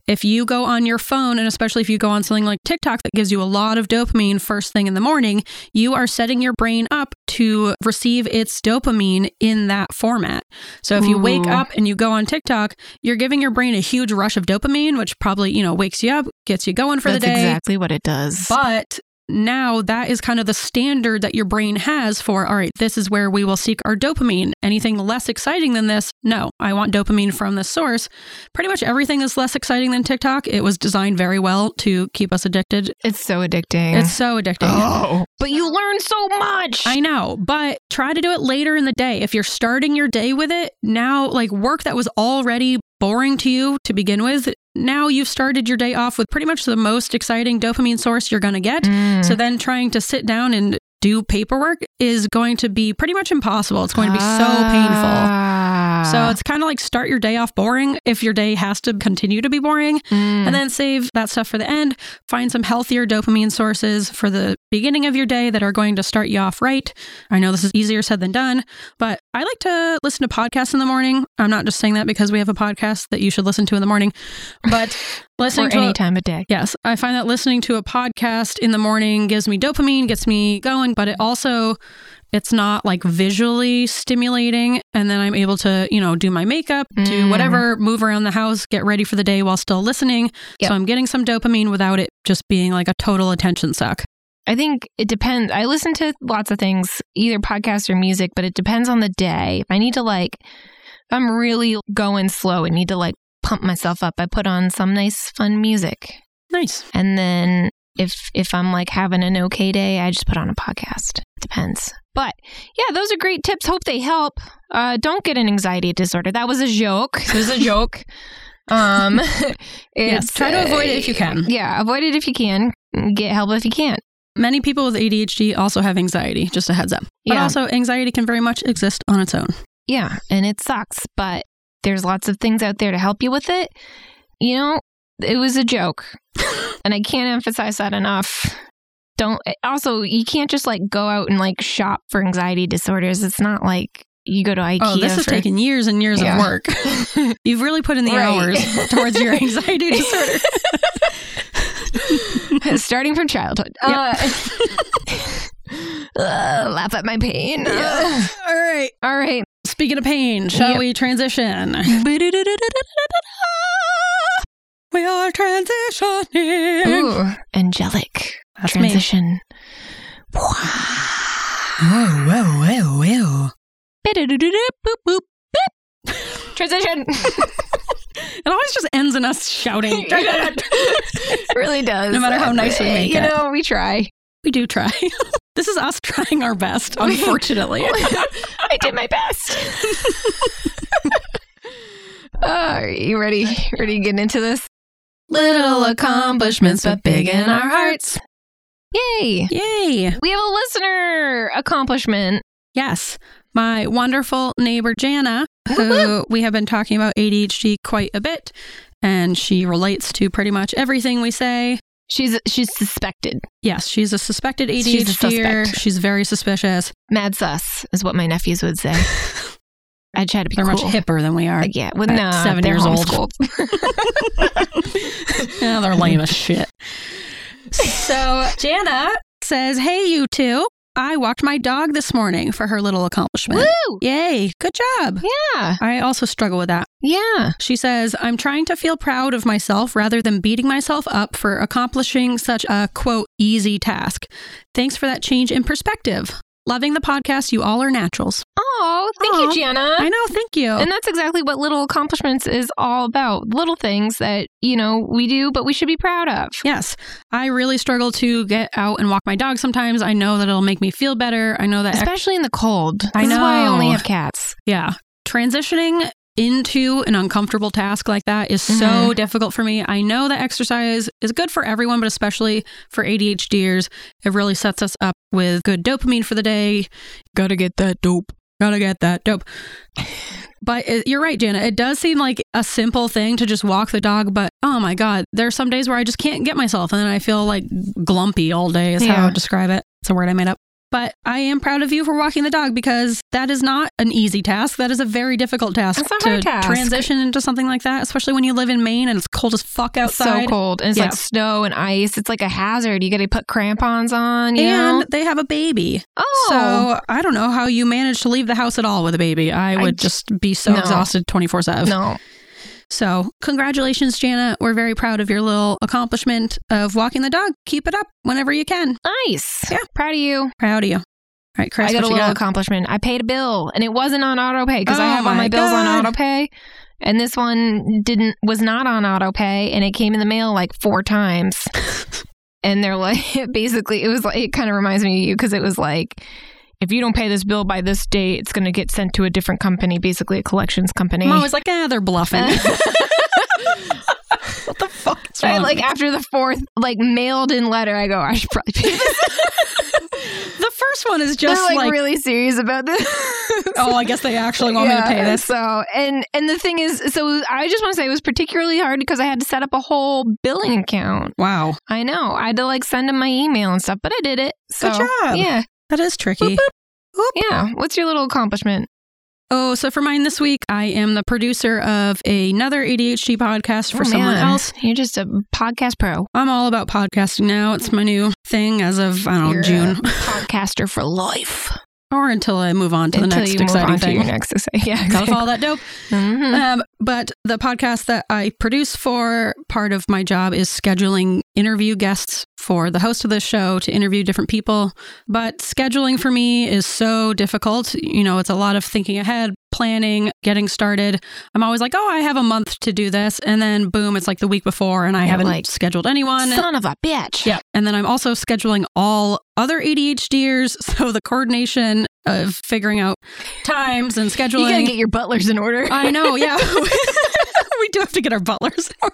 B: If you go on your phone, and especially if you go on something like TikTok that gives you a lot of dopamine first thing in the morning, you are setting your brain up to receive its dopamine in that format. So if you wake
C: Ooh.
B: up and you go on TikTok, you're giving your brain a huge rush of dopamine, which probably, you know, wakes you up, gets you going for
C: That's
B: the day.
C: exactly what it does.
B: But now that is kind of the standard that your brain has for all right, this is where we will seek our dopamine. Anything less exciting than this, no, I want dopamine from this source. Pretty much everything that's less exciting than TikTok, it was designed very well to keep us addicted.
C: it's so addicting.
B: It's so addicting.
C: oh, but you learn so much.
B: I know, but try to do it later in the day. If you're starting your day with it, now like work that was already boring to you to begin with, now you've started your day off with pretty much the most exciting dopamine source you're going to get.
C: Mm.
B: So then trying to sit down and do paperwork is going to be pretty much impossible. It's going to be so
C: Ah.
B: painful. So it's kind of like start your day off boring if your day has to continue to be boring
C: So, mm.
B: and then save that stuff for the end. Find some healthier dopamine sources for the beginning of your day that are going to start you off right. I know this is easier said than done, but I like to listen to podcasts in the morning. I'm not just saying that because we have a podcast that you should listen to in the morning, but listening
C: for
B: to
C: any
B: a-
C: time of day.
B: Yes, I find that listening to a podcast in the morning gives me dopamine, gets me going, but it also it's not like visually stimulating and then I'm able to, you know, do my makeup, do
C: Mm.
B: whatever, move around the house, get ready for the day while still listening.
C: Yep.
B: So I'm getting some dopamine without it just being like a total attention suck.
C: I think it depends. I listen to lots of things, either podcasts or music, but it depends on the day. If I need to like, if I'm really going slow and need to like pump myself up, I put on some nice, fun music.
B: Nice.
C: And then if if I'm like having an okay day, I just put on a podcast. Depends. But yeah, those are great tips. Hope they help. Uh, don't get an anxiety disorder. That was a joke. It was a joke. Um,
B: Yes,
C: it's,
B: try to avoid it if you can.
C: Yeah, avoid it if you can. Get help if you can't.
B: Many people with ADHD also have anxiety, just a heads up. But
C: Yeah.
B: also anxiety can very much exist on its own.
C: Yeah, and it sucks, but there's lots of things out there to help you with it. You know, it was a joke. and I can't emphasize that enough. Don't also, you can't just like go out and like shop for anxiety disorders. It's not like you go to IKEA.
B: Oh, this has
C: for-
B: taken years and years
C: Yeah.
B: of work. You've really put in the
C: Right.
B: hours towards your anxiety disorder.
C: starting from childhood.
B: Yep.
C: Uh, uh, laugh at my pain.
B: Yeah. All right.
C: All right.
B: Speaking of pain, shall
C: Yep.
B: we transition? We are transitioning.
C: Ooh, angelic
B: That's me.
C: transition. Oh,
B: Whoa, whoa, whoa, whoa.
C: Transition.
B: It always just ends in us shouting.
C: really does.
B: No matter how nice we make
C: you
B: it.
C: know, we try.
B: we do try. This is us trying our best, unfortunately.
C: I did my best. Uh, Are you ready? Ready to get into this? Little accomplishments, but big in our hearts. Yay!
B: Yay.
C: We have a listener accomplishment.
B: Yes. My wonderful neighbor, Jana, who Uh, we have been talking about ADHD quite a bit, and she relates to pretty much everything we say.
C: She's she's suspected.
B: Yes, she's a suspected ADHDer.
C: She's a
B: She's,
C: suspect.
B: very suspicious.
C: Mad sus is what my nephews would say. I try to be
B: They're
C: cool.
B: much hipper than we are.
C: Like, yeah, well,
B: at
C: no,
B: seven
C: they're
B: years old.
C: homeschooled.
B: yeah, they're lame as shit. So Jana says, Hey, you two. I walked my dog this morning for her little accomplishment.
C: Woo!
B: Yay. Good job.
C: Yeah,
B: I also struggle with that.
C: yeah.
B: She says, I'm trying to feel proud of myself rather than beating myself up for accomplishing such a quote, easy task. Thanks for that change in perspective. Loving the podcast. You all are naturals.
C: Oh, thank
B: Aw.
C: you, Gianna.
B: I know. Thank you.
C: And that's exactly what little accomplishments is all about. Little things that, you know, we do, but we should be proud of.
B: Yes. I really struggle to get out and walk my dog sometimes. I know that it'll make me feel better. I know that,
C: Especially in the cold.
B: I
C: This is why I
B: know.
C: only have cats.
B: yeah. Transitioning into an uncomfortable task like that is so
C: Mhm.
B: difficult for me. I know that exercise is good for everyone, but especially for ADHDers. It really sets us up with good dopamine for the day. Gotta get that dope. Gotta get that dope. But it, you're right, Jana. It does seem like a simple thing to just walk the dog, but oh my God, there are some days where I just can't get myself and then I feel like glumpy all day, is how I
C: Yeah.
B: would describe it. It's a word I made up. But I am proud of you for walking the dog because that is not an easy task. That is a very difficult task
C: That's a
B: to
C: hard task.
B: transition into something like that, especially when you live in Maine and it's cold as fuck
C: It's
B: outside.
C: so cold. And it's
B: Yeah.
C: like snow and ice. It's like a hazard. You got to put crampons on, you
B: And
C: know?
B: they have a baby.
C: Oh,
B: So I don't know how you manage to leave the house at all with a baby. I
C: I
B: would just, be so
C: no.
B: exhausted 24 7.
C: Oh, no.
B: So, congratulations, Jana. We're very proud of your little accomplishment of walking the dog. Keep it up whenever you can.
C: Nice.
B: Yeah.
C: Proud of you.
B: Proud of you. All right, Chris,
C: I got
B: what
C: a
B: you
C: little
B: got?
C: accomplishment. I paid a bill and it wasn't on auto pay because I
B: Oh
C: have all
B: my
C: my bills
B: God.
C: on auto pay. And this one didn't was not on auto pay and it came in the mail like four times. and they're like basically it was like it kind of reminds me of you because it was like if you don't pay this bill by this date, it's gonna get sent to a different company, basically a collections company.
B: I'm always like, ah, they're bluffing. what the fuck? Is
C: I,
B: wrong
C: like
B: with
C: after the fourth like mailed in letter, I go, I should probably pay this.
B: me? the first one is
C: They're
B: just
C: like,
B: like,
C: really serious about this.
B: oh, I guess they actually want me to pay this.
C: So and and the thing is, so I just want to say it was particularly hard because I had to set up a whole billing account.
B: Wow,
C: I know I had to like send him my email and stuff, but I did it. So
B: Good job.
C: yeah,
B: that is tricky.
C: Boop, yeah. What's your little accomplishment?
B: Oh, so for mine this week, I am the producer of another ADHD podcast for
C: Oh,
B: someone
C: man.
B: else.
C: You're just a podcast pro,
B: I'm all about podcasting now. It's my new thing as of I don't know
C: You're a
B: June
C: podcaster for life.
B: or until I move on to the
C: Until
B: next
C: you move
B: exciting
C: on to your
B: thing.
C: next exciting. Yeah,
B: Gotta follow that dope.
C: Mhm.
B: Um, but the podcast that I produce for part of my job is scheduling interview guests for the host of the show to interview different people. But scheduling for me is so difficult. You know, it's a lot of thinking ahead, planning, getting started. I'm always like, oh, I have a month to do this. And then boom, it's like the week before and I
C: Yeah,
B: haven't
C: like,
B: scheduled anyone.
C: Son of a bitch.
B: Yeah. And then I'm also scheduling all other ADHDers. So the coordination of figuring out times and scheduling.
C: You gotta get your butlers in order.
B: I know, yeah. we do have to get our butlers. I'm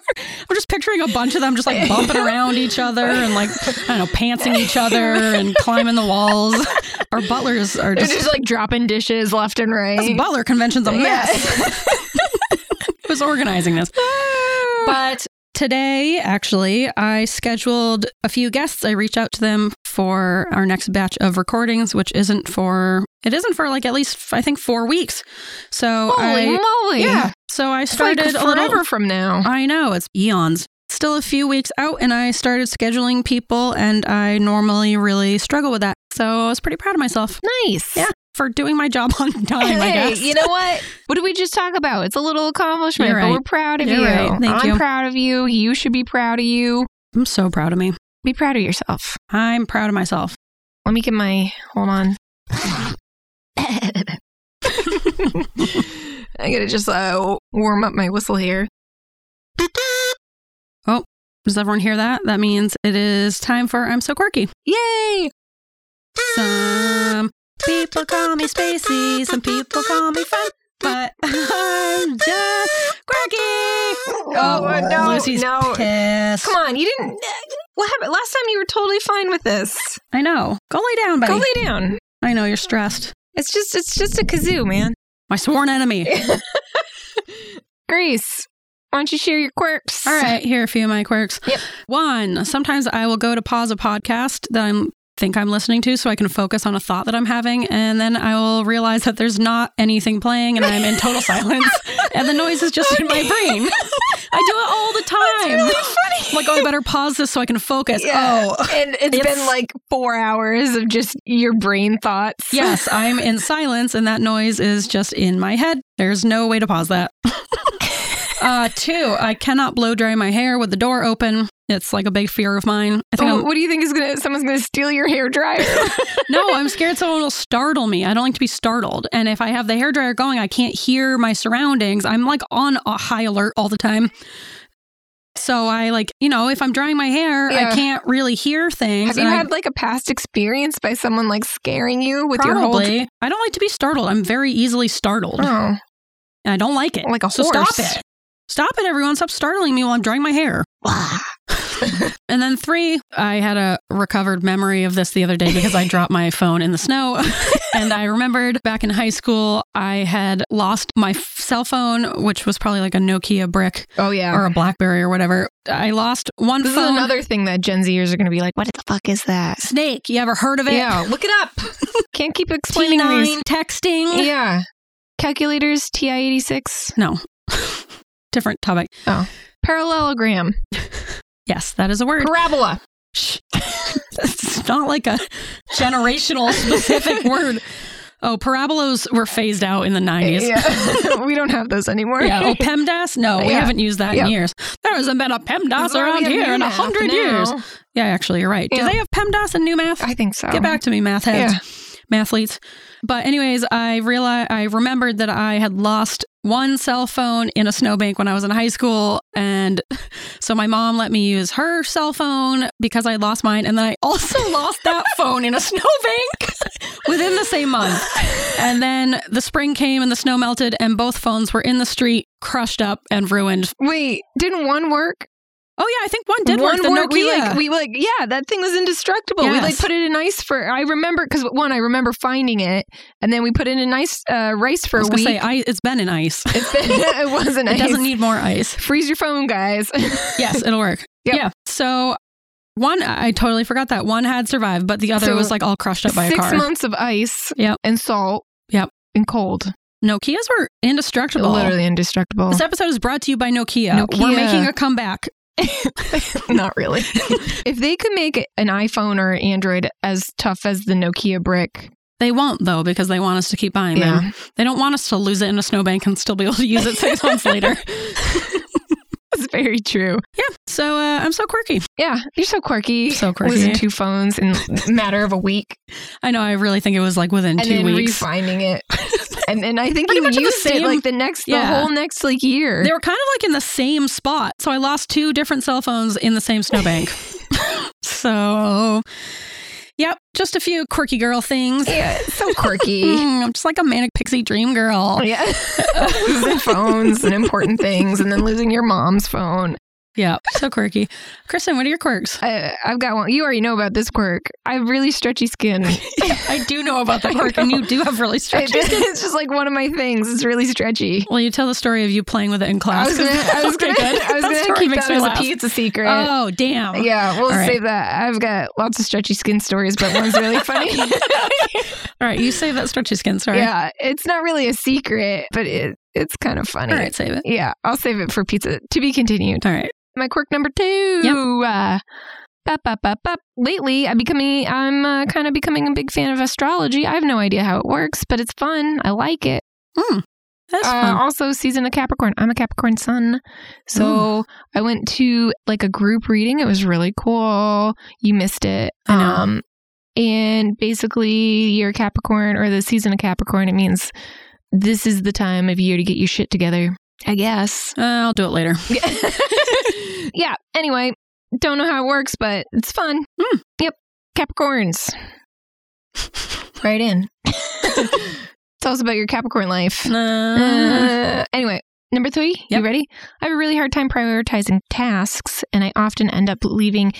B: just picturing a bunch of them just like bumping around each other and like, I don't know, pantsing each other and climbing the walls. Our butlers are
C: They're
B: just,
C: just like dropping dishes left and
B: this
C: right.
B: butler convention's a mess.
C: Yeah.
B: Who's organizing this? But today, actually, I scheduled a few guests. I reached out to them for our next batch of recordings, which isn't for, it isn't for like at least, I think, four weeks. So I,
C: Holy moly!
B: yeah. So I started
C: it's like
B: a little
C: forever from now.
B: I know, it's eons. Still a few weeks out, and I started scheduling people, and I normally really struggle with that. So I was pretty proud of myself
C: Nice.
B: Yeah. for doing my job on time, I
C: Hey,
B: guess.
C: you know what? What did we just talk about? It's a little accomplishment,
B: You're
C: but
B: right.
C: we're proud of
B: You're
C: you.
B: right. Thank
C: I'm
B: you.
C: proud of you. You should be proud of you.
B: I'm so proud of me.
C: Be proud of yourself.
B: I'm proud of myself.
C: Let me get my hold on. I gotta just uh, warm up my whistle here.
B: Does everyone hear that? That means it is time for I'm So Quirky.
C: Yay!
B: Some people call me spacey, some people call me fun, but I'm just quirky.
A: Oh, uh, no,
B: Lucy's
A: no.
B: pissed.
A: Come on, you didn't. What happened? Last time you were totally fine with this.
B: I know. Go lay down, buddy.
C: Go lay down.
B: I know you're stressed.
C: It's just it's just a kazoo, man.
B: My sworn enemy.
C: Grace, why don't you share your quirks?
B: All right, here are a few of my quirks.
A: Yep.
B: One, sometimes I will go to pause a podcast that I'm think I'm listening to so I can focus on a thought that I'm having and then I will realize that there's not anything playing and I'm in total silence and the noise is just in my brain. I do it all the time. like, oh, I better pause this so I can focus.
A: Yeah.
B: Oh.
A: And it's
B: It's-
A: been like
C: Four hours of just your brain thoughts.
B: Yes, I'm in silence and that noise is just in my head. There's no way to pause that. uh two, I cannot blow dry my hair with the door open. It's like a big fear of mine. I think I'm-
C: Oh, what do you think is gonna someone's gonna steal your hair dryer?
B: No, I'm scared someone will startle me. I don't like to be startled. And if I have the hairdryer going, I can't hear my surroundings. I'm like on a high alert all the time. So I like, you know, if I'm drying my hair,
C: Yeah.
B: I can't really hear things.
C: Have you
B: and I-
C: had like a past experience by someone like scaring you with your
B: probably? I don't like to be startled. I'm very easily startled.
C: whole Oh.
B: And I don't like it.
C: Like a
B: so stop
C: horse.
B: it. Stop it, everyone. Stop startling me while I'm drying my hair. And then three, I had a recovered memory of this the other day because I dropped my phone in the snow. and I remembered back in high school, I had lost my f- cell phone, which was probably like a Nokia brick
C: Oh yeah.
B: or a Blackberry or whatever. I lost one
C: this is
B: phone.
C: another thing that Gen Zers are gonna be like, What the fuck is that?
B: snake. You ever heard of it?
C: Yeah, look it up. Can't keep explaining
B: T9
C: these.
B: texting.
C: Yeah. Calculators, TI 86,
B: No. Different topic.
C: parallelogram,
B: Yes, that is a word.
A: parabola.
B: Shh. it's not like a generational specific word. Oh, parabolas were phased out in the 90s.
C: Yeah. we don't have those anymore.
B: Yeah. Oh, PEMDAS? No, we
C: Yeah.
B: haven't used that
C: Yeah.
B: in years. There hasn't been a PEMDAS around here in a hundred years. Yeah, actually, you're right.
C: Yeah.
B: Do they have PEMDAS in new math?
C: I think so.
B: Get back to me, math heads, mathletes. But anyways, I realized I remembered that I had lost one cell phone in a snowbank when I was in high school, and so my mom let me use her cell phone because I lost mine, and then I also lost that phone in a snowbank within the same month. And then the spring came and the snow melted, and both phones were in the street, crushed up and ruined.
C: Wait, didn't one work?
B: Oh yeah, I think one did
C: one
B: work. The
C: work? We
B: Nokia.
C: like, we like, yeah, that thing was indestructible. We like
B: Yes.
C: put it in ice for. I remember because one, I remember finding it, and then we put it in ice uh, rice for
B: I was
C: a
B: gonna
C: week.
B: say, I, it's been in ice.
C: It's been- it wasn't
B: It
C: ice.
B: doesn't need more ice.
C: Freeze your phone, guys.
B: yes, it'll work.
C: Yep.
B: Yeah. So one, I totally forgot that one had survived, but the other
C: So,
B: was like all crushed up by a
C: Six
B: car.
C: months of ice.
B: Yep.
C: And salt.
B: Yep.
C: And cold.
B: Nokia's were indestructible.
C: Literally indestructible.
B: This episode is brought to you by Nokia.
C: Nokia.
B: We're making a comeback.
C: Not really. if they could make an iPhone or Android as tough as the Nokia brick,
B: They won't though because they want us to keep buying them. They don't want us to lose it in a snowbank and still be able to use it six months later.
C: that's very true.
B: So uh, I'm so quirky.
C: Yeah, you're so quirky.
B: So
C: Losing
B: quirky.
C: two phones in a matter of a week,
B: I know. I really think it was like within
C: and
B: two
C: then
B: weeks.
C: refining it, and then I think
B: Pretty
C: you
B: much the
C: used it
B: same-
C: like the next, the
B: Yeah.
C: whole next like year.
B: they were kind of like in the same spot. So I lost two different cell phones in the same snowbank. so, yep, just a few quirky girl things.
C: yeah, it's so quirky.
B: Mm, I'm just like a manic pixie dream girl.
C: yeah, losing phones and important things, and then losing your mom's phone.
B: Yeah, so quirky. Kristen, what are your quirks?
C: I, I've got one. You already know about this quirk. I have really stretchy skin.
B: I do know about
C: the quirk, and you
B: do have really stretchy skin.
C: it's just like one of my things. It's really stretchy.
B: Well, you tell the story of you playing with it in
C: I
B: class.
C: was gonna, I was
B: Okay,
C: gonna,
B: good.
C: I
B: That
C: was gonna
B: story
C: keep
B: makes
C: that
B: me
C: as a
B: laugh.
C: pizza secret.
B: Oh, damn.
C: yeah,
B: All
C: we'll
B: right.
C: save that. I've got lots of stretchy skin stories, but one's really funny.
B: All right, you save that stretchy skin. Sorry.
C: yeah, it's not really a secret, but it, it's kind of funny.
B: All right, save it.
C: Yeah, I'll save it for pizza to be continued.
B: All right.
C: My quirk number two.
B: Yep.
C: Uh, bop, bop, bop, bop. Lately, I'm becoming, I'm uh, kind of becoming a big fan of astrology. I have no idea how it works, but it's fun. I like it.
B: Mm, that's
C: Uh,
B: fun.
C: also, season of Capricorn. I'm a Capricorn sun, so I went to like a group reading. It was really cool. You missed it.
B: I know.
C: Um, and basically, you're a Capricorn or the season of Capricorn. It means this is the time of year to get your shit together. I guess.
B: Uh, I'll do it later.
C: Yeah. yeah. Anyway, don't know how it works, but it's fun.
B: Hmm.
C: Yep. Capricorns. right in. Tell us about your Capricorn life.
B: Uh,
C: Uh, anyway, number three,
B: Yep.
C: you ready? I have a really hard time prioritizing tasks, and I often end up leaving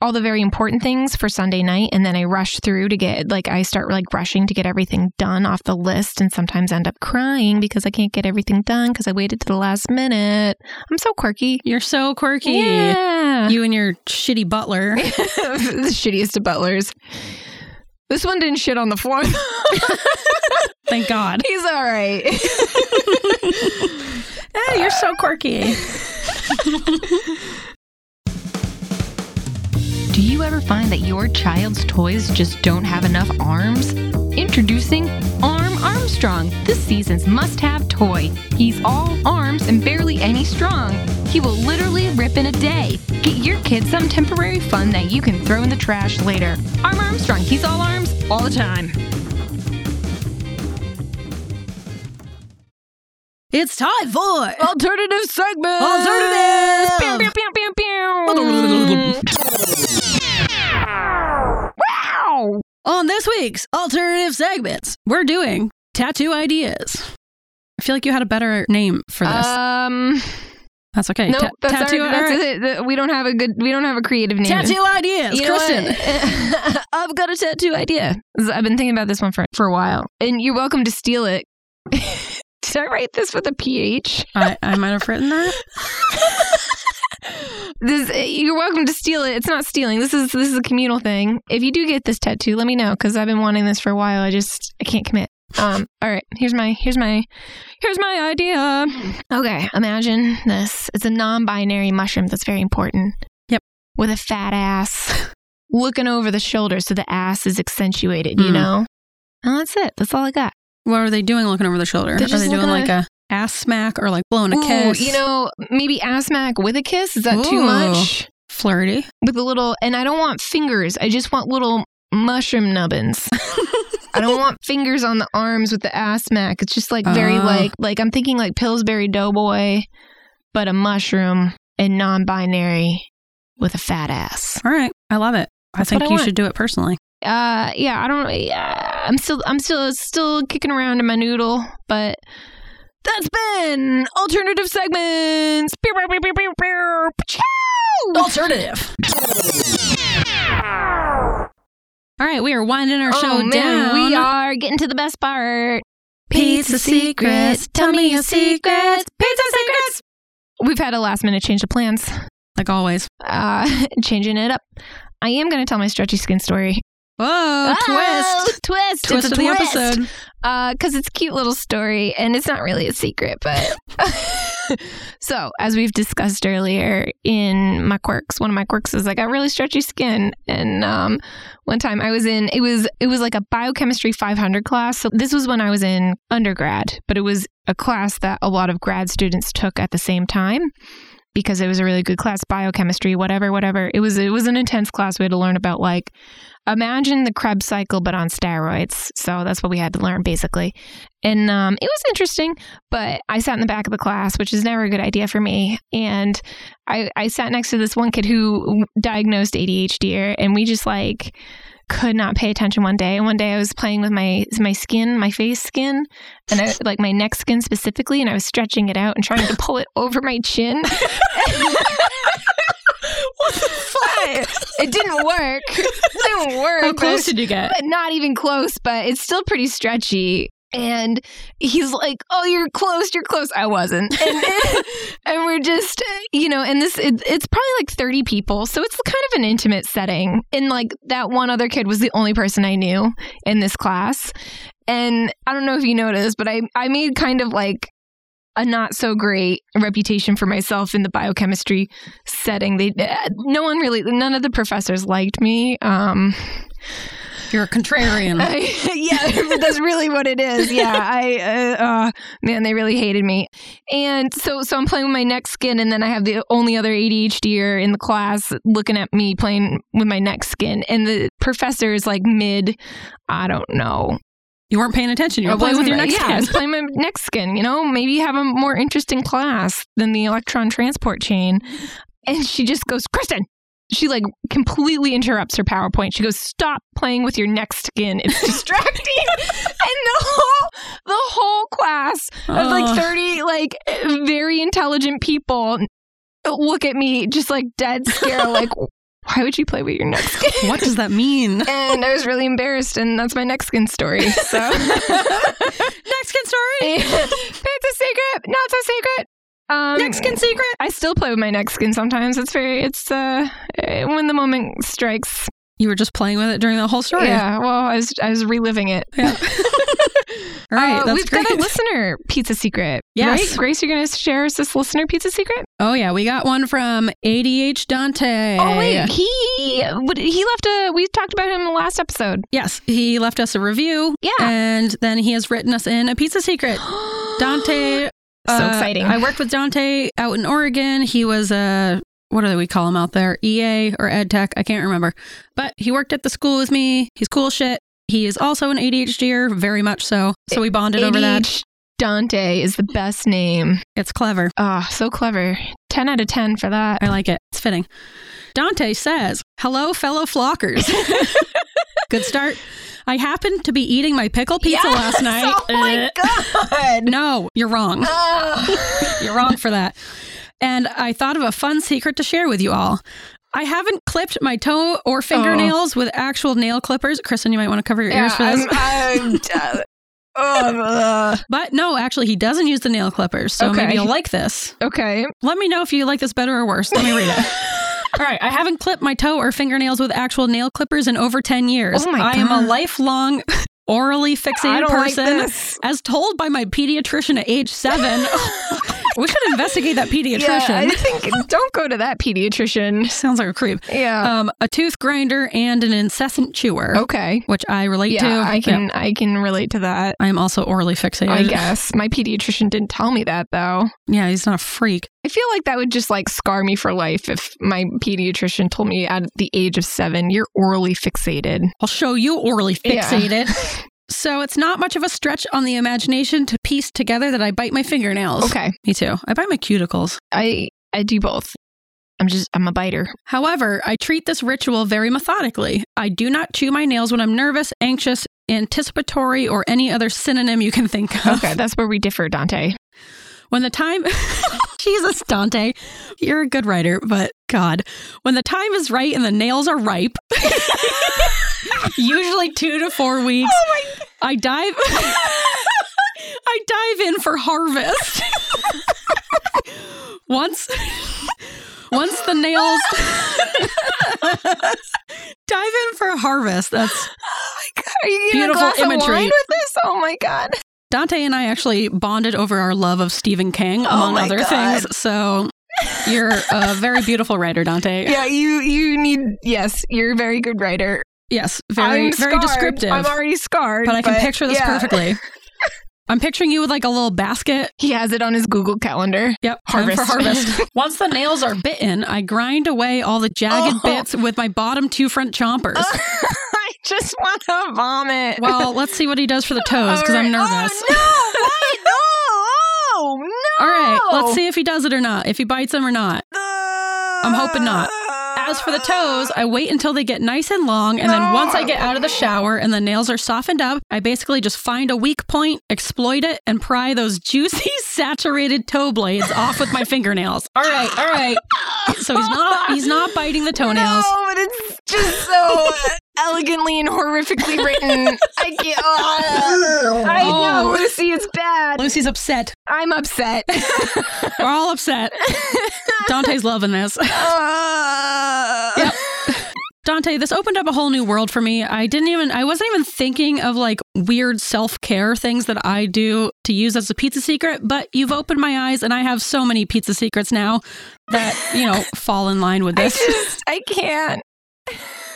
C: all the very important things for Sunday night, and then I rush through to get like I start like rushing to get everything done off the list, and sometimes end up crying because I can't get everything done because I waited to the last minute. I'm so quirky.
B: you're so quirky.
C: Yeah.
B: You and your shitty butler.
C: the shittiest of butlers. This one didn't shit on the floor.
B: Thank God.
C: He's all right.
B: Hey, you're so quirky.
C: Do you ever find that your child's toys just don't have enough arms? Introducing Arm Armstrong, this season's must have toy. He's all arms and barely any strong. He will literally rip in a day. Get your kids some temporary fun that you can throw in the trash later. Arm Armstrong, he's all arms all the time.
B: It's time for
C: Alternative segment! Pew, pew,
B: alternative.
C: pew, pew, pew. Wow!
B: On this week's alternative segments, we're doing tattoo ideas. I feel like you had a better name for this.
C: Um.
B: that's okay.
C: No,
B: Ta-
C: that's,
B: tattoo,
C: our, that's
B: all right.
C: it. That- We don't have a good. We don't have a creative name.
B: tattoo ideas,
C: You know
B: Kristen.
C: what? I've got a tattoo idea. This- I've been thinking about this one for for a while, and you're welcome to steal it. Did I write this with a ph?
B: I, I might have written that.
C: This, you're welcome to steal it. It's not stealing. This is this is a communal thing. If you do get this tattoo, let me know because I've been wanting this for a while. I just I can't commit. Um. All right. Here's my here's my here's my idea. Okay. Imagine this. It's a non-binary mushroom. That's very important.
B: Yep.
C: With a fat ass, looking over the shoulder so the ass is accentuated. You
B: Mm.
C: know. And that's it. That's all I got.
B: What are they doing looking over the shoulder?
C: They're
B: Are
C: just
B: they doing like
C: looking
B: a ass smack or like blowing a
C: Ooh,
B: kiss?
C: You know, maybe ass mac with a kiss. Is that too
B: Ooh.
C: much?
B: flirty.
C: with a little and I don't want fingers. I just want little mushroom nubbins. I don't want fingers on the arms with the ass mac. It's just like very
B: Ah.
C: like like I'm thinking like Pillsbury Doughboy, but a mushroom and non-binary with a fat ass.
B: All right, I love it. I
C: That's
B: think
C: what I
B: you
C: want.
B: should do it personally.
C: Uh, yeah, I don't. Yeah, I'm still I'm still still kicking around in my noodle, but. That's been alternative segments. Pew, pew, pew, pew, pew, pew. Pachow!
B: Alternative. All right, we are winding our show
C: Oh, man,
B: down.
C: We are getting to the best part.
B: Pizza secrets. Tell me your secrets.
C: Pizza secrets. We've had a last minute change of plans.
B: like always.
C: Uh, changing it up. I am going to tell my stretchy skin story.
B: Whoa,
C: Oh,
B: twist.
C: Twist!
B: Twist of
C: it's a
B: the
C: twist.
B: episode.
C: Because Uh, it's a cute little story and it's not really a secret, but. so, as we've discussed earlier in my quirks, one of my quirks is I got really stretchy skin. And um, one time I was in, it was, it was like a biochemistry 500 class. So, this was when I was in undergrad, but it was a class that a lot of grad students took at the same time because it was a really good class biochemistry whatever whatever it was it was an intense class we had to learn about like imagine the Krebs cycle but on steroids. So that's what we had to learn basically. And um, it was interesting, but I sat in the back of the class, which is never a good idea for me. And I, I sat next to this one kid who diagnosed ADHD, and we just like could not pay attention one day. And one day I was playing with my my skin, my face skin, and I, like my neck skin specifically, and I was stretching it out and trying to pull it over my chin.
B: What the fuck?
C: It didn't work. It didn't work.
B: How
C: but-
B: close did you get?
C: but not even close, but it's still pretty stretchy. And he's like, "Oh, you're close. You're close." I wasn't, and, and we're just, you know, and this it, it's probably like thirty people, so it's kind of an intimate setting. And like that one other kid was the only person I knew in this class, and I don't know if you noticed, but I I made kind of like a not so great reputation for myself in the biochemistry setting. They uh, no one really, none of the professors liked me. Um,
B: You're a contrarian.
C: I, yeah, that's really what it is. Yeah, I uh, uh, man, they really hated me. And so, so I'm playing with my neck skin, and then I have the only other ADHDer er in the class looking at me playing with my neck skin, and the professor is like mid, I don't know,
B: You weren't paying attention. You were
C: I
B: playing with your
C: wasn't
B: next
C: really- Yeah, I
B: kid.
C: was playing my neck skin. You know, maybe have a more interesting class than the electron transport chain. And she just goes, Kristen, She like completely interrupts her PowerPoint. She goes, "Stop playing with your neck skin. It's distracting." and the whole the whole class of like
B: Ugh.
C: 30 like very intelligent people look at me just like dead scared like why would you play with your neck skin?
B: Oh, what does that mean?
C: And I was really embarrassed and that's my neck skin story. So
B: Next kid story.
C: it's a secret. Not so secret. Um,
B: Next kid secret.
C: I still play with my neck skin sometimes. It's very. It's uh, eh, when the moment strikes.
B: You were just playing with it during the whole story.
C: Yeah. Well, I was I was reliving it.
B: Yeah. All right.
C: Uh,
B: that's
C: we've
B: great.
C: got a listener pizza secret.
B: Yes.
C: Right? Grace, you're going to share us this listener pizza secret?
B: Oh yeah, we got one from ADH Dante.
C: Oh wait, he what- he left a. We talked about him in the last episode.
B: Yes, he left us a review.
C: Yeah.
B: And then he has written us in a pizza secret. Dante. uh,
C: So exciting.
B: I worked with Dante out in Oregon. He was a, what do we call him out there? EA or ed tech? I can't remember. But he worked at the school with me. He's cool as shit. He is also an ADHDer, er, very much so. So we bonded over that.
C: ADH Dante is the best name.
B: It's clever.
C: Ah, so clever. Ten out of ten for that.
B: I like it. It's fitting. Dante says, Hello, fellow flockers. Good start. I happened to be eating my pickle pizza last
C: Yes!
B: night. Uh,
C: Oh my god.
B: No, you're wrong.
C: Oh.
B: You're wrong for that. And I thought of a fun secret to share with you all. I haven't clipped my toe or fingernails with actual nail clippers. Kristen, you might want to cover your ears for this.
C: Oh. I'm, I'm, uh,
B: But no, actually, he doesn't use the nail clippers. So
C: Okay.
B: maybe you'll like this.
C: okay.
B: Let me know if you like this better or worse. Let me read it. All right, I haven't clipped my toe or fingernails with actual nail clippers in over 10 years.
C: Oh my
B: I am
C: God.
B: a lifelong orally fixated
C: I don't like
B: person,
C: this.
B: as told by my pediatrician at age seven. we should investigate that
C: Yeah,
B: pediatrician.
C: I think don't go to that pediatrician. Uh,
B: Sounds like a creep.
C: Yeah.
B: um, a tooth grinder and an incessant chewer,
C: okay.
B: which I relate to.
C: Oh. Yeah, I can I can relate to that.
B: I am also orally fixated.
C: I guess my pediatrician didn't tell me that though.
B: Yeah, he's not a freak.
C: I feel like that would just like scar me for life if my pediatrician told me at the age of seven, you're orally fixated.
B: I'll show you orally
C: Yeah.
B: fixated. so it's not much of a stretch on the imagination to piece together that I bite my fingernails.
C: Okay.
B: Me too. I bite my cuticles.
C: I I do both. I'm just I'm a biter.
B: However, I treat this ritual very methodically. I do not chew my nails when I'm nervous, anxious, anticipatory, or any other synonym you can think of.
C: Okay, that's where we differ, Dante.
B: When the time, Jesus, Dante, you're a good writer, but God, when the time is right and the nails are ripe, usually two to four weeks, I dive, I dive in for harvest. once, once the nails, dive in for harvest. That's
C: Are you getting
B: Beautiful
C: a glass of
B: imagery.
C: wine with this? Oh my god.
B: Dante and I actually bonded over our love of Stephen King, among
C: Oh my
B: other
C: God.
B: things. So you're a very beautiful writer, Dante.
C: Yeah, you you need yes, you're a very good writer.
B: Yes, very very
C: I'm scarred.
B: descriptive.
C: I'm already scarred.
B: but I can picture this
C: yeah.
B: perfectly. I'm picturing you with like a little basket.
C: He has it on his Google calendar.
B: Yep, time for
C: Harvest.
B: harvest. Once the nails are bitten, I grind away all the jagged
C: Oh. Uh.
B: bits with my bottom two front chompers.
C: I just want to vomit.
B: well, let's see what he does for the toes because I'm
C: All right.
B: nervous.
C: Oh, no! Why? No! Oh, no!
B: All right, let's see if he does it or not. If he bites them or not.
C: I'm
B: hoping not. As for the toes, I wait until they get nice and long, and then once I get out of the shower and the nails are softened up, I basically just find a weak point, exploit it, and pry those juicy, saturated toe blades off with my fingernails. All right, all right. So he's not he's not biting the toenails.
C: No, but it's just so elegantly and horrifically written. I can't. Ah. I know,
B: Oh.
C: Lucy, it's bad.
B: Lucy's upset.
C: I'm upset.
B: We're all upset. Dante's loving this.
C: Ah.
B: Yep. Dante, this opened up a whole new world for me. I didn't even, I wasn't even thinking of like weird self care things that I do to use as a pizza secret, but you've opened my eyes and I have so many pizza secrets now that, you know, fall in line with
C: I
B: this.
C: just, I can't.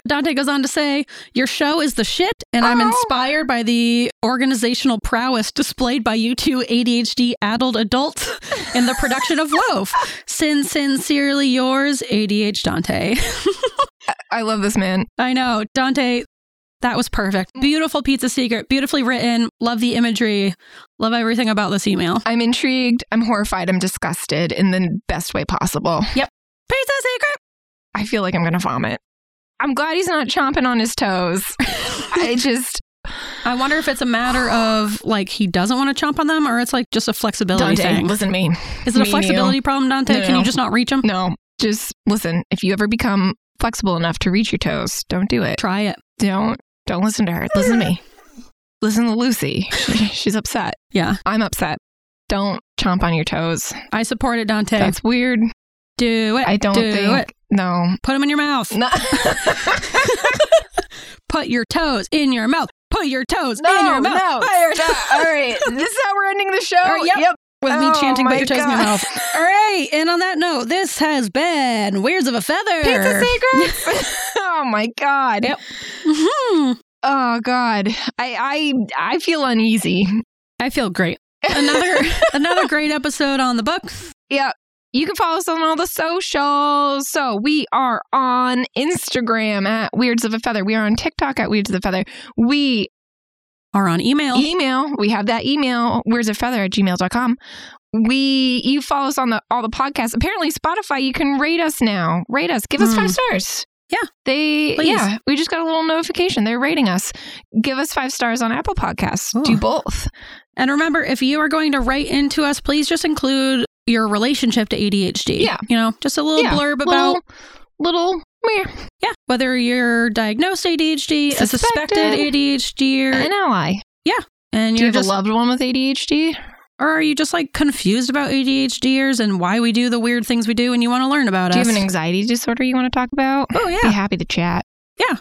B: Dante goes on to say, Your show is the shit, and I'm
C: Oh.
B: inspired by the organizational prowess displayed by you two ADHD addled adults in the production of Loaf. Sin, sincerely yours, ADH Dante.
C: I love this man.
B: I know, Dante. That was perfect. Beautiful pizza secret, beautifully written. Love the imagery. Love everything about this email.
C: I'm intrigued. I'm horrified. I'm disgusted in the best way possible.
B: Pizza secret.
C: I feel like I'm going to vomit. I'm glad he's not chomping on his toes. I just,
B: I wonder if it's a matter of like he doesn't want to chomp on them or it's like just a flexibility
C: Dante,
B: thing.
C: listen to me.
B: Is it a
C: Me and you.
B: flexibility problem, Dante?
C: No, no,
B: Can
C: no.
B: you just not reach them?
C: No, just listen. If you ever become flexible enough to reach your toes, don't do it.
B: Try it.
C: Don't, don't listen to her. Listen to me. Listen to Lucy. She's upset.
B: Yeah.
C: I'm upset. Don't chomp on your toes.
B: I support it, Dante.
C: That's weird.
B: do it.
C: I don't
B: do
C: think.
B: it.
C: No.
B: Put them in your mouth.
C: No.
B: Put your toes in your mouth. Put your toes
C: No,
B: in your mouth.
C: no,
B: Put your
C: no. All right. This is how we're ending the show.
B: Oh, yep. With me
C: Oh,
B: chanting,
C: my
B: put your toes in your
C: God.
B: mouth. All right. And on that note, this has been Weirds of a Feather.
C: Pizza secrets. oh my god.
B: Yep. hmm
C: Oh god. I I I feel uneasy.
B: I feel great. Another another great episode on the books.
C: Yep. You can follow us on all the socials. So we are on Instagram at Weirds of a Feather. We are on TikTok at Weirds of a Feather. We
B: Or on email.
C: email, we have that email, weirds of feather at gmail.com. We you follow us on the all the podcasts. Apparently Spotify, you can rate us now. Rate us. Give us
B: Hmm.
C: five stars.
B: Yeah.
C: They
B: Please.
C: yeah. We just got a little notification. They're rating us. Give us five stars on Apple Podcasts. Do
B: Ooh.
C: both.
B: And remember, if you are going to write into us, please just include your relationship to ADHD.
C: Yeah.
B: You know, just a little
C: Yeah.
B: blurb about,
C: Little little meh,
B: yeah, whether you're diagnosed ADHD, a suspected
C: Suspected.
B: ADHD,
C: an
B: and,
C: ally. Do you
B: you're
C: have
B: just,
C: a loved one with ADHD?
B: or are you just like confused about ADHDers and why we do the weird things we do and you want to learn about
C: Do you
B: us?
C: have an anxiety disorder you want to talk about?
B: oh, yeah.
C: Be happy to chat.
B: yeah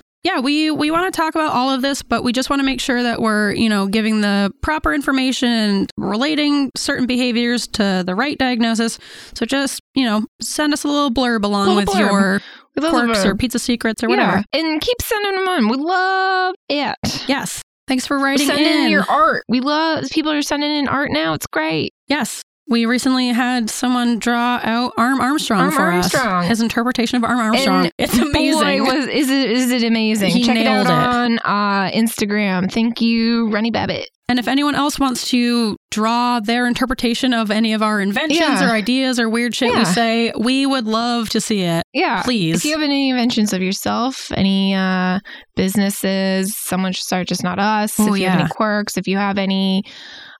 B: we we want to talk about all of this but we just want to make sure that we're you know giving the proper information and relating certain behaviors to the right diagnosis so just you know send us a little blurb along
C: Little
B: with
C: blurb.
B: your
C: We love
B: quirks
C: them.
B: or pizza secrets or whatever
C: Yeah. And keep sending them on. We love it.
B: yes thanks for writing
C: Send in
B: in.
C: your art. We love people are sending in art now. It's great.
B: yes we recently had someone draw out arm armstrong
C: Arm
B: for
C: Armstrong.
B: us his interpretation of arm armstrong
C: And
B: it's amazing
C: Boy, was is it is it amazing?
B: He
C: Check it
B: nailed
C: out
B: it.
C: on uh, Instagram. Thank you, Runny Babbitt.
B: And if anyone else wants to draw their interpretation of any of our inventions
C: Yeah.
B: or ideas or weird shit
C: Yeah.
B: we say, we would love to see it.
C: Yeah.
B: Please.
C: If you have any inventions of yourself, any uh, businesses, someone should start just not us.
B: Oh,
C: if you have
B: yeah.
C: any quirks, if you have any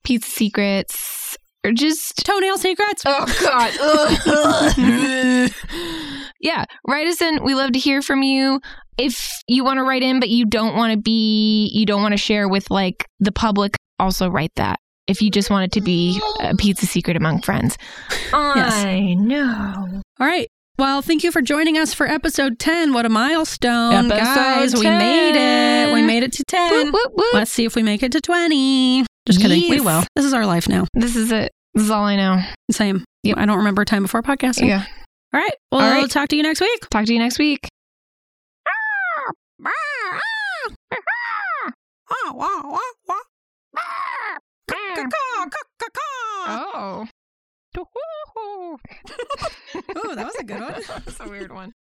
C: pizza secrets, or just
B: Toenail secrets.
C: Oh God. Ugh. yeah, write us in. We love to hear from you. If you want to write in, but you don't want to be, you don't want to share with like the public, also write that. If you just want it to be a pizza secret among friends, I know.
B: All right. Well, thank you for joining us for episode 10. What a milestone.
C: Episode
B: Guys, we made it. We
C: 10.
B: made it to 10.
C: Whoop, whoop, whoop.
B: Let's see if we make it to 20. Just kidding. We
C: Yes.
B: will. This is our life now.
C: This is it. This is all I know.
B: Same.
C: Yep.
B: I don't remember a time before podcasting.
C: Yeah.
B: All right. Well,
C: All
B: All
C: right.
B: right. talk to you next week.
C: Talk to you next week. Oh. Oh,
B: Ooh, that was a good one.
C: That's a weird one.